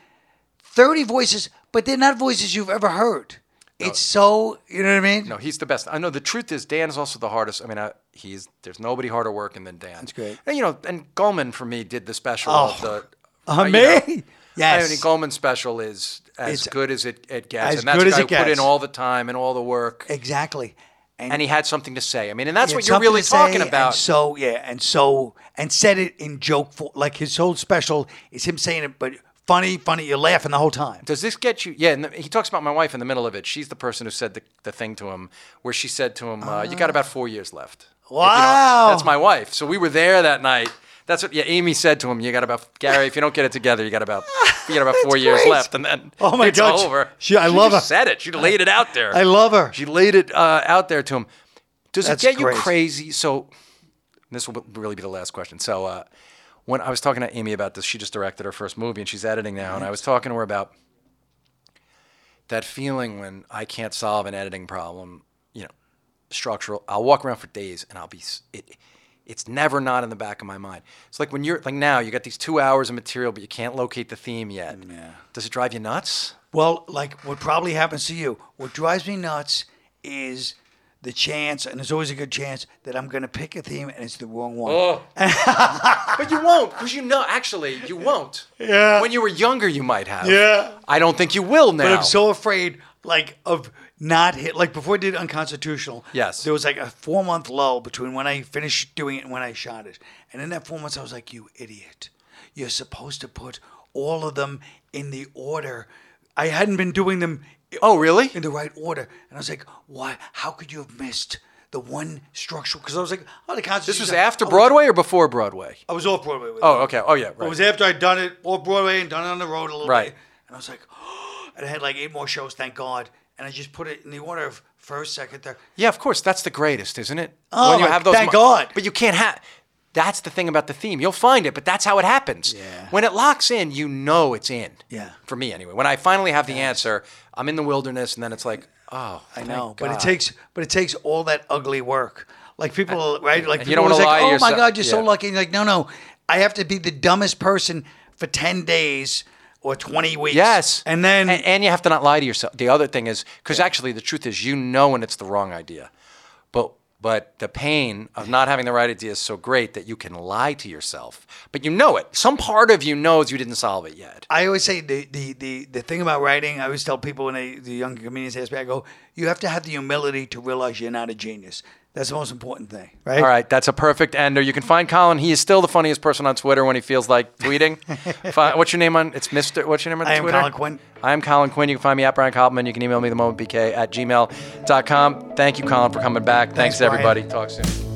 Speaker 2: thirty voices, but they're not voices you've ever heard. It's so you know what I mean.
Speaker 1: No, he's the best. I know the truth is Dan is also the hardest. I mean, I, he's there's nobody harder working than Dan. That's
Speaker 2: great.
Speaker 1: And you know, and Goldman for me did the special.
Speaker 2: Oh, (laughs)
Speaker 1: of the,
Speaker 2: uh,
Speaker 1: you
Speaker 2: me?
Speaker 1: I
Speaker 2: Yes.
Speaker 1: mean, Goldman special is as
Speaker 2: It's-
Speaker 1: good as it, it gets,
Speaker 2: as
Speaker 1: and that's
Speaker 2: good
Speaker 1: a
Speaker 2: as
Speaker 1: guy
Speaker 2: it
Speaker 1: who put in
Speaker 2: gets.
Speaker 1: all the time and all the work,
Speaker 2: Exactly. And,
Speaker 1: and he had something to say. I mean, and that's
Speaker 2: he
Speaker 1: what
Speaker 2: had
Speaker 1: you're
Speaker 2: something
Speaker 1: really
Speaker 2: to say,
Speaker 1: talking
Speaker 2: and
Speaker 1: about.
Speaker 2: so yeah, and so and said it in joke for like his whole special is him saying it, but funny, funny. You're laughing the whole time.
Speaker 1: Does this get you? Yeah, and the, he talks about my wife in the middle of it. She's the person who said the, the thing to him, where she said to him, uh, "You got about four years left." If you don't-
Speaker 2: Wow.
Speaker 1: that's my wife. So we were there that night. That's what yeah. Amy said to him, "You got about Gary. If you don't get it together, you got about you
Speaker 2: (laughs)
Speaker 1: got about four years
Speaker 2: great.
Speaker 1: left." And then
Speaker 2: Oh my
Speaker 1: it's
Speaker 2: God, she-
Speaker 1: over.
Speaker 2: she- I love
Speaker 1: just
Speaker 2: her.
Speaker 1: Said it. She laid it out there.
Speaker 2: I love her.
Speaker 1: She laid it uh, out there to him. Does
Speaker 2: That's
Speaker 1: it get you
Speaker 2: great.
Speaker 1: crazy? So this will really be the last question. So uh, when I was talking to Amy about this, she just directed her first movie and she's editing now, and I was talking to her about that feeling when I can't solve an editing problem, you know, structural. I'll walk around for days and I'll be s- it. It's never not in the back of my mind. It's like when you're like now, you got these two hours of material, but you can't locate the theme yet. Does it drive you nuts?
Speaker 2: Well, like what probably happens to you, what drives me nuts is the chance, and there's always a good chance that I'm going to pick a theme and it's the wrong one.
Speaker 1: But you won't, because you know. Actually, you won't.
Speaker 2: Yeah.
Speaker 1: When you were younger, you might have.
Speaker 2: Yeah.
Speaker 1: I don't think you will now.
Speaker 2: But I'm so afraid, like, of not hit like before I did unconstitutional.
Speaker 1: Yes.
Speaker 2: there was like a four month lull between when I finished doing it and when I shot it, and in that four months I was like, "You idiot! You're supposed to put all of them in the order." I hadn't been doing them
Speaker 1: Oh, really?
Speaker 2: in the right order, and I was like, "Why? How could you have missed the one structural?" Because I was like, "Oh, the constitution."
Speaker 1: This was after Broadway or before Broadway?
Speaker 2: I was off Broadway. With it.
Speaker 1: Oh, okay. Oh, yeah.
Speaker 2: It
Speaker 1: Right.
Speaker 2: was after I'd done it off Broadway and done it on the road a little
Speaker 1: Right.
Speaker 2: bit. And I was like, (gasps) and I had like eight more shows, thank God. And I just put it in the order of first, second, third.
Speaker 1: Yeah, of course. That's the greatest, isn't it?
Speaker 2: Oh, my- thank God.
Speaker 1: But you can't have. That's the thing about the theme. You'll find it, but that's how it happens.
Speaker 2: Yeah.
Speaker 1: When it locks in, you know it's in.
Speaker 2: Yeah.
Speaker 1: For me, anyway. When I finally have the answer, I'm in the wilderness, and then it's like, oh,
Speaker 2: I
Speaker 1: thank
Speaker 2: know, but
Speaker 1: God.
Speaker 2: it takes, but it takes all that ugly work. Like people, right? Like
Speaker 1: and
Speaker 2: people
Speaker 1: you don't wanna
Speaker 2: always like,
Speaker 1: lie
Speaker 2: oh
Speaker 1: to
Speaker 2: my
Speaker 1: yourself."
Speaker 2: God, you're so
Speaker 1: Yeah.
Speaker 2: lucky. And you're like, no, no, I have to be the dumbest person for ten days or twenty weeks.
Speaker 1: Yes.
Speaker 2: and then
Speaker 1: and, and you have to not lie to yourself. The other thing is because actually the truth is you know when it's the wrong idea, but but the pain of not having the right idea is so great that you can lie to yourself, but you know it. Some part of you knows you didn't solve it yet.
Speaker 2: I always say the, the, the, the thing about writing, I always tell people when they, the younger comedians ask me, I go, you have to have the humility to realize you're not a genius. That's the most important thing, right?
Speaker 1: All right, that's a perfect ender. You can find Colin. He is still the funniest person on Twitter when he feels
Speaker 2: (laughs)
Speaker 1: like tweeting. Fi- what's your name on? It's Mister. What's your name on
Speaker 2: I am
Speaker 1: Twitter?
Speaker 2: Colin Quinn.
Speaker 1: I am Colin Quinn. You can find me at Brian Koppelman. You can email me the moment bk at gmail.com. Thank you, Colin, for coming back. Thanks,
Speaker 2: Brian.
Speaker 1: everybody. Talk soon.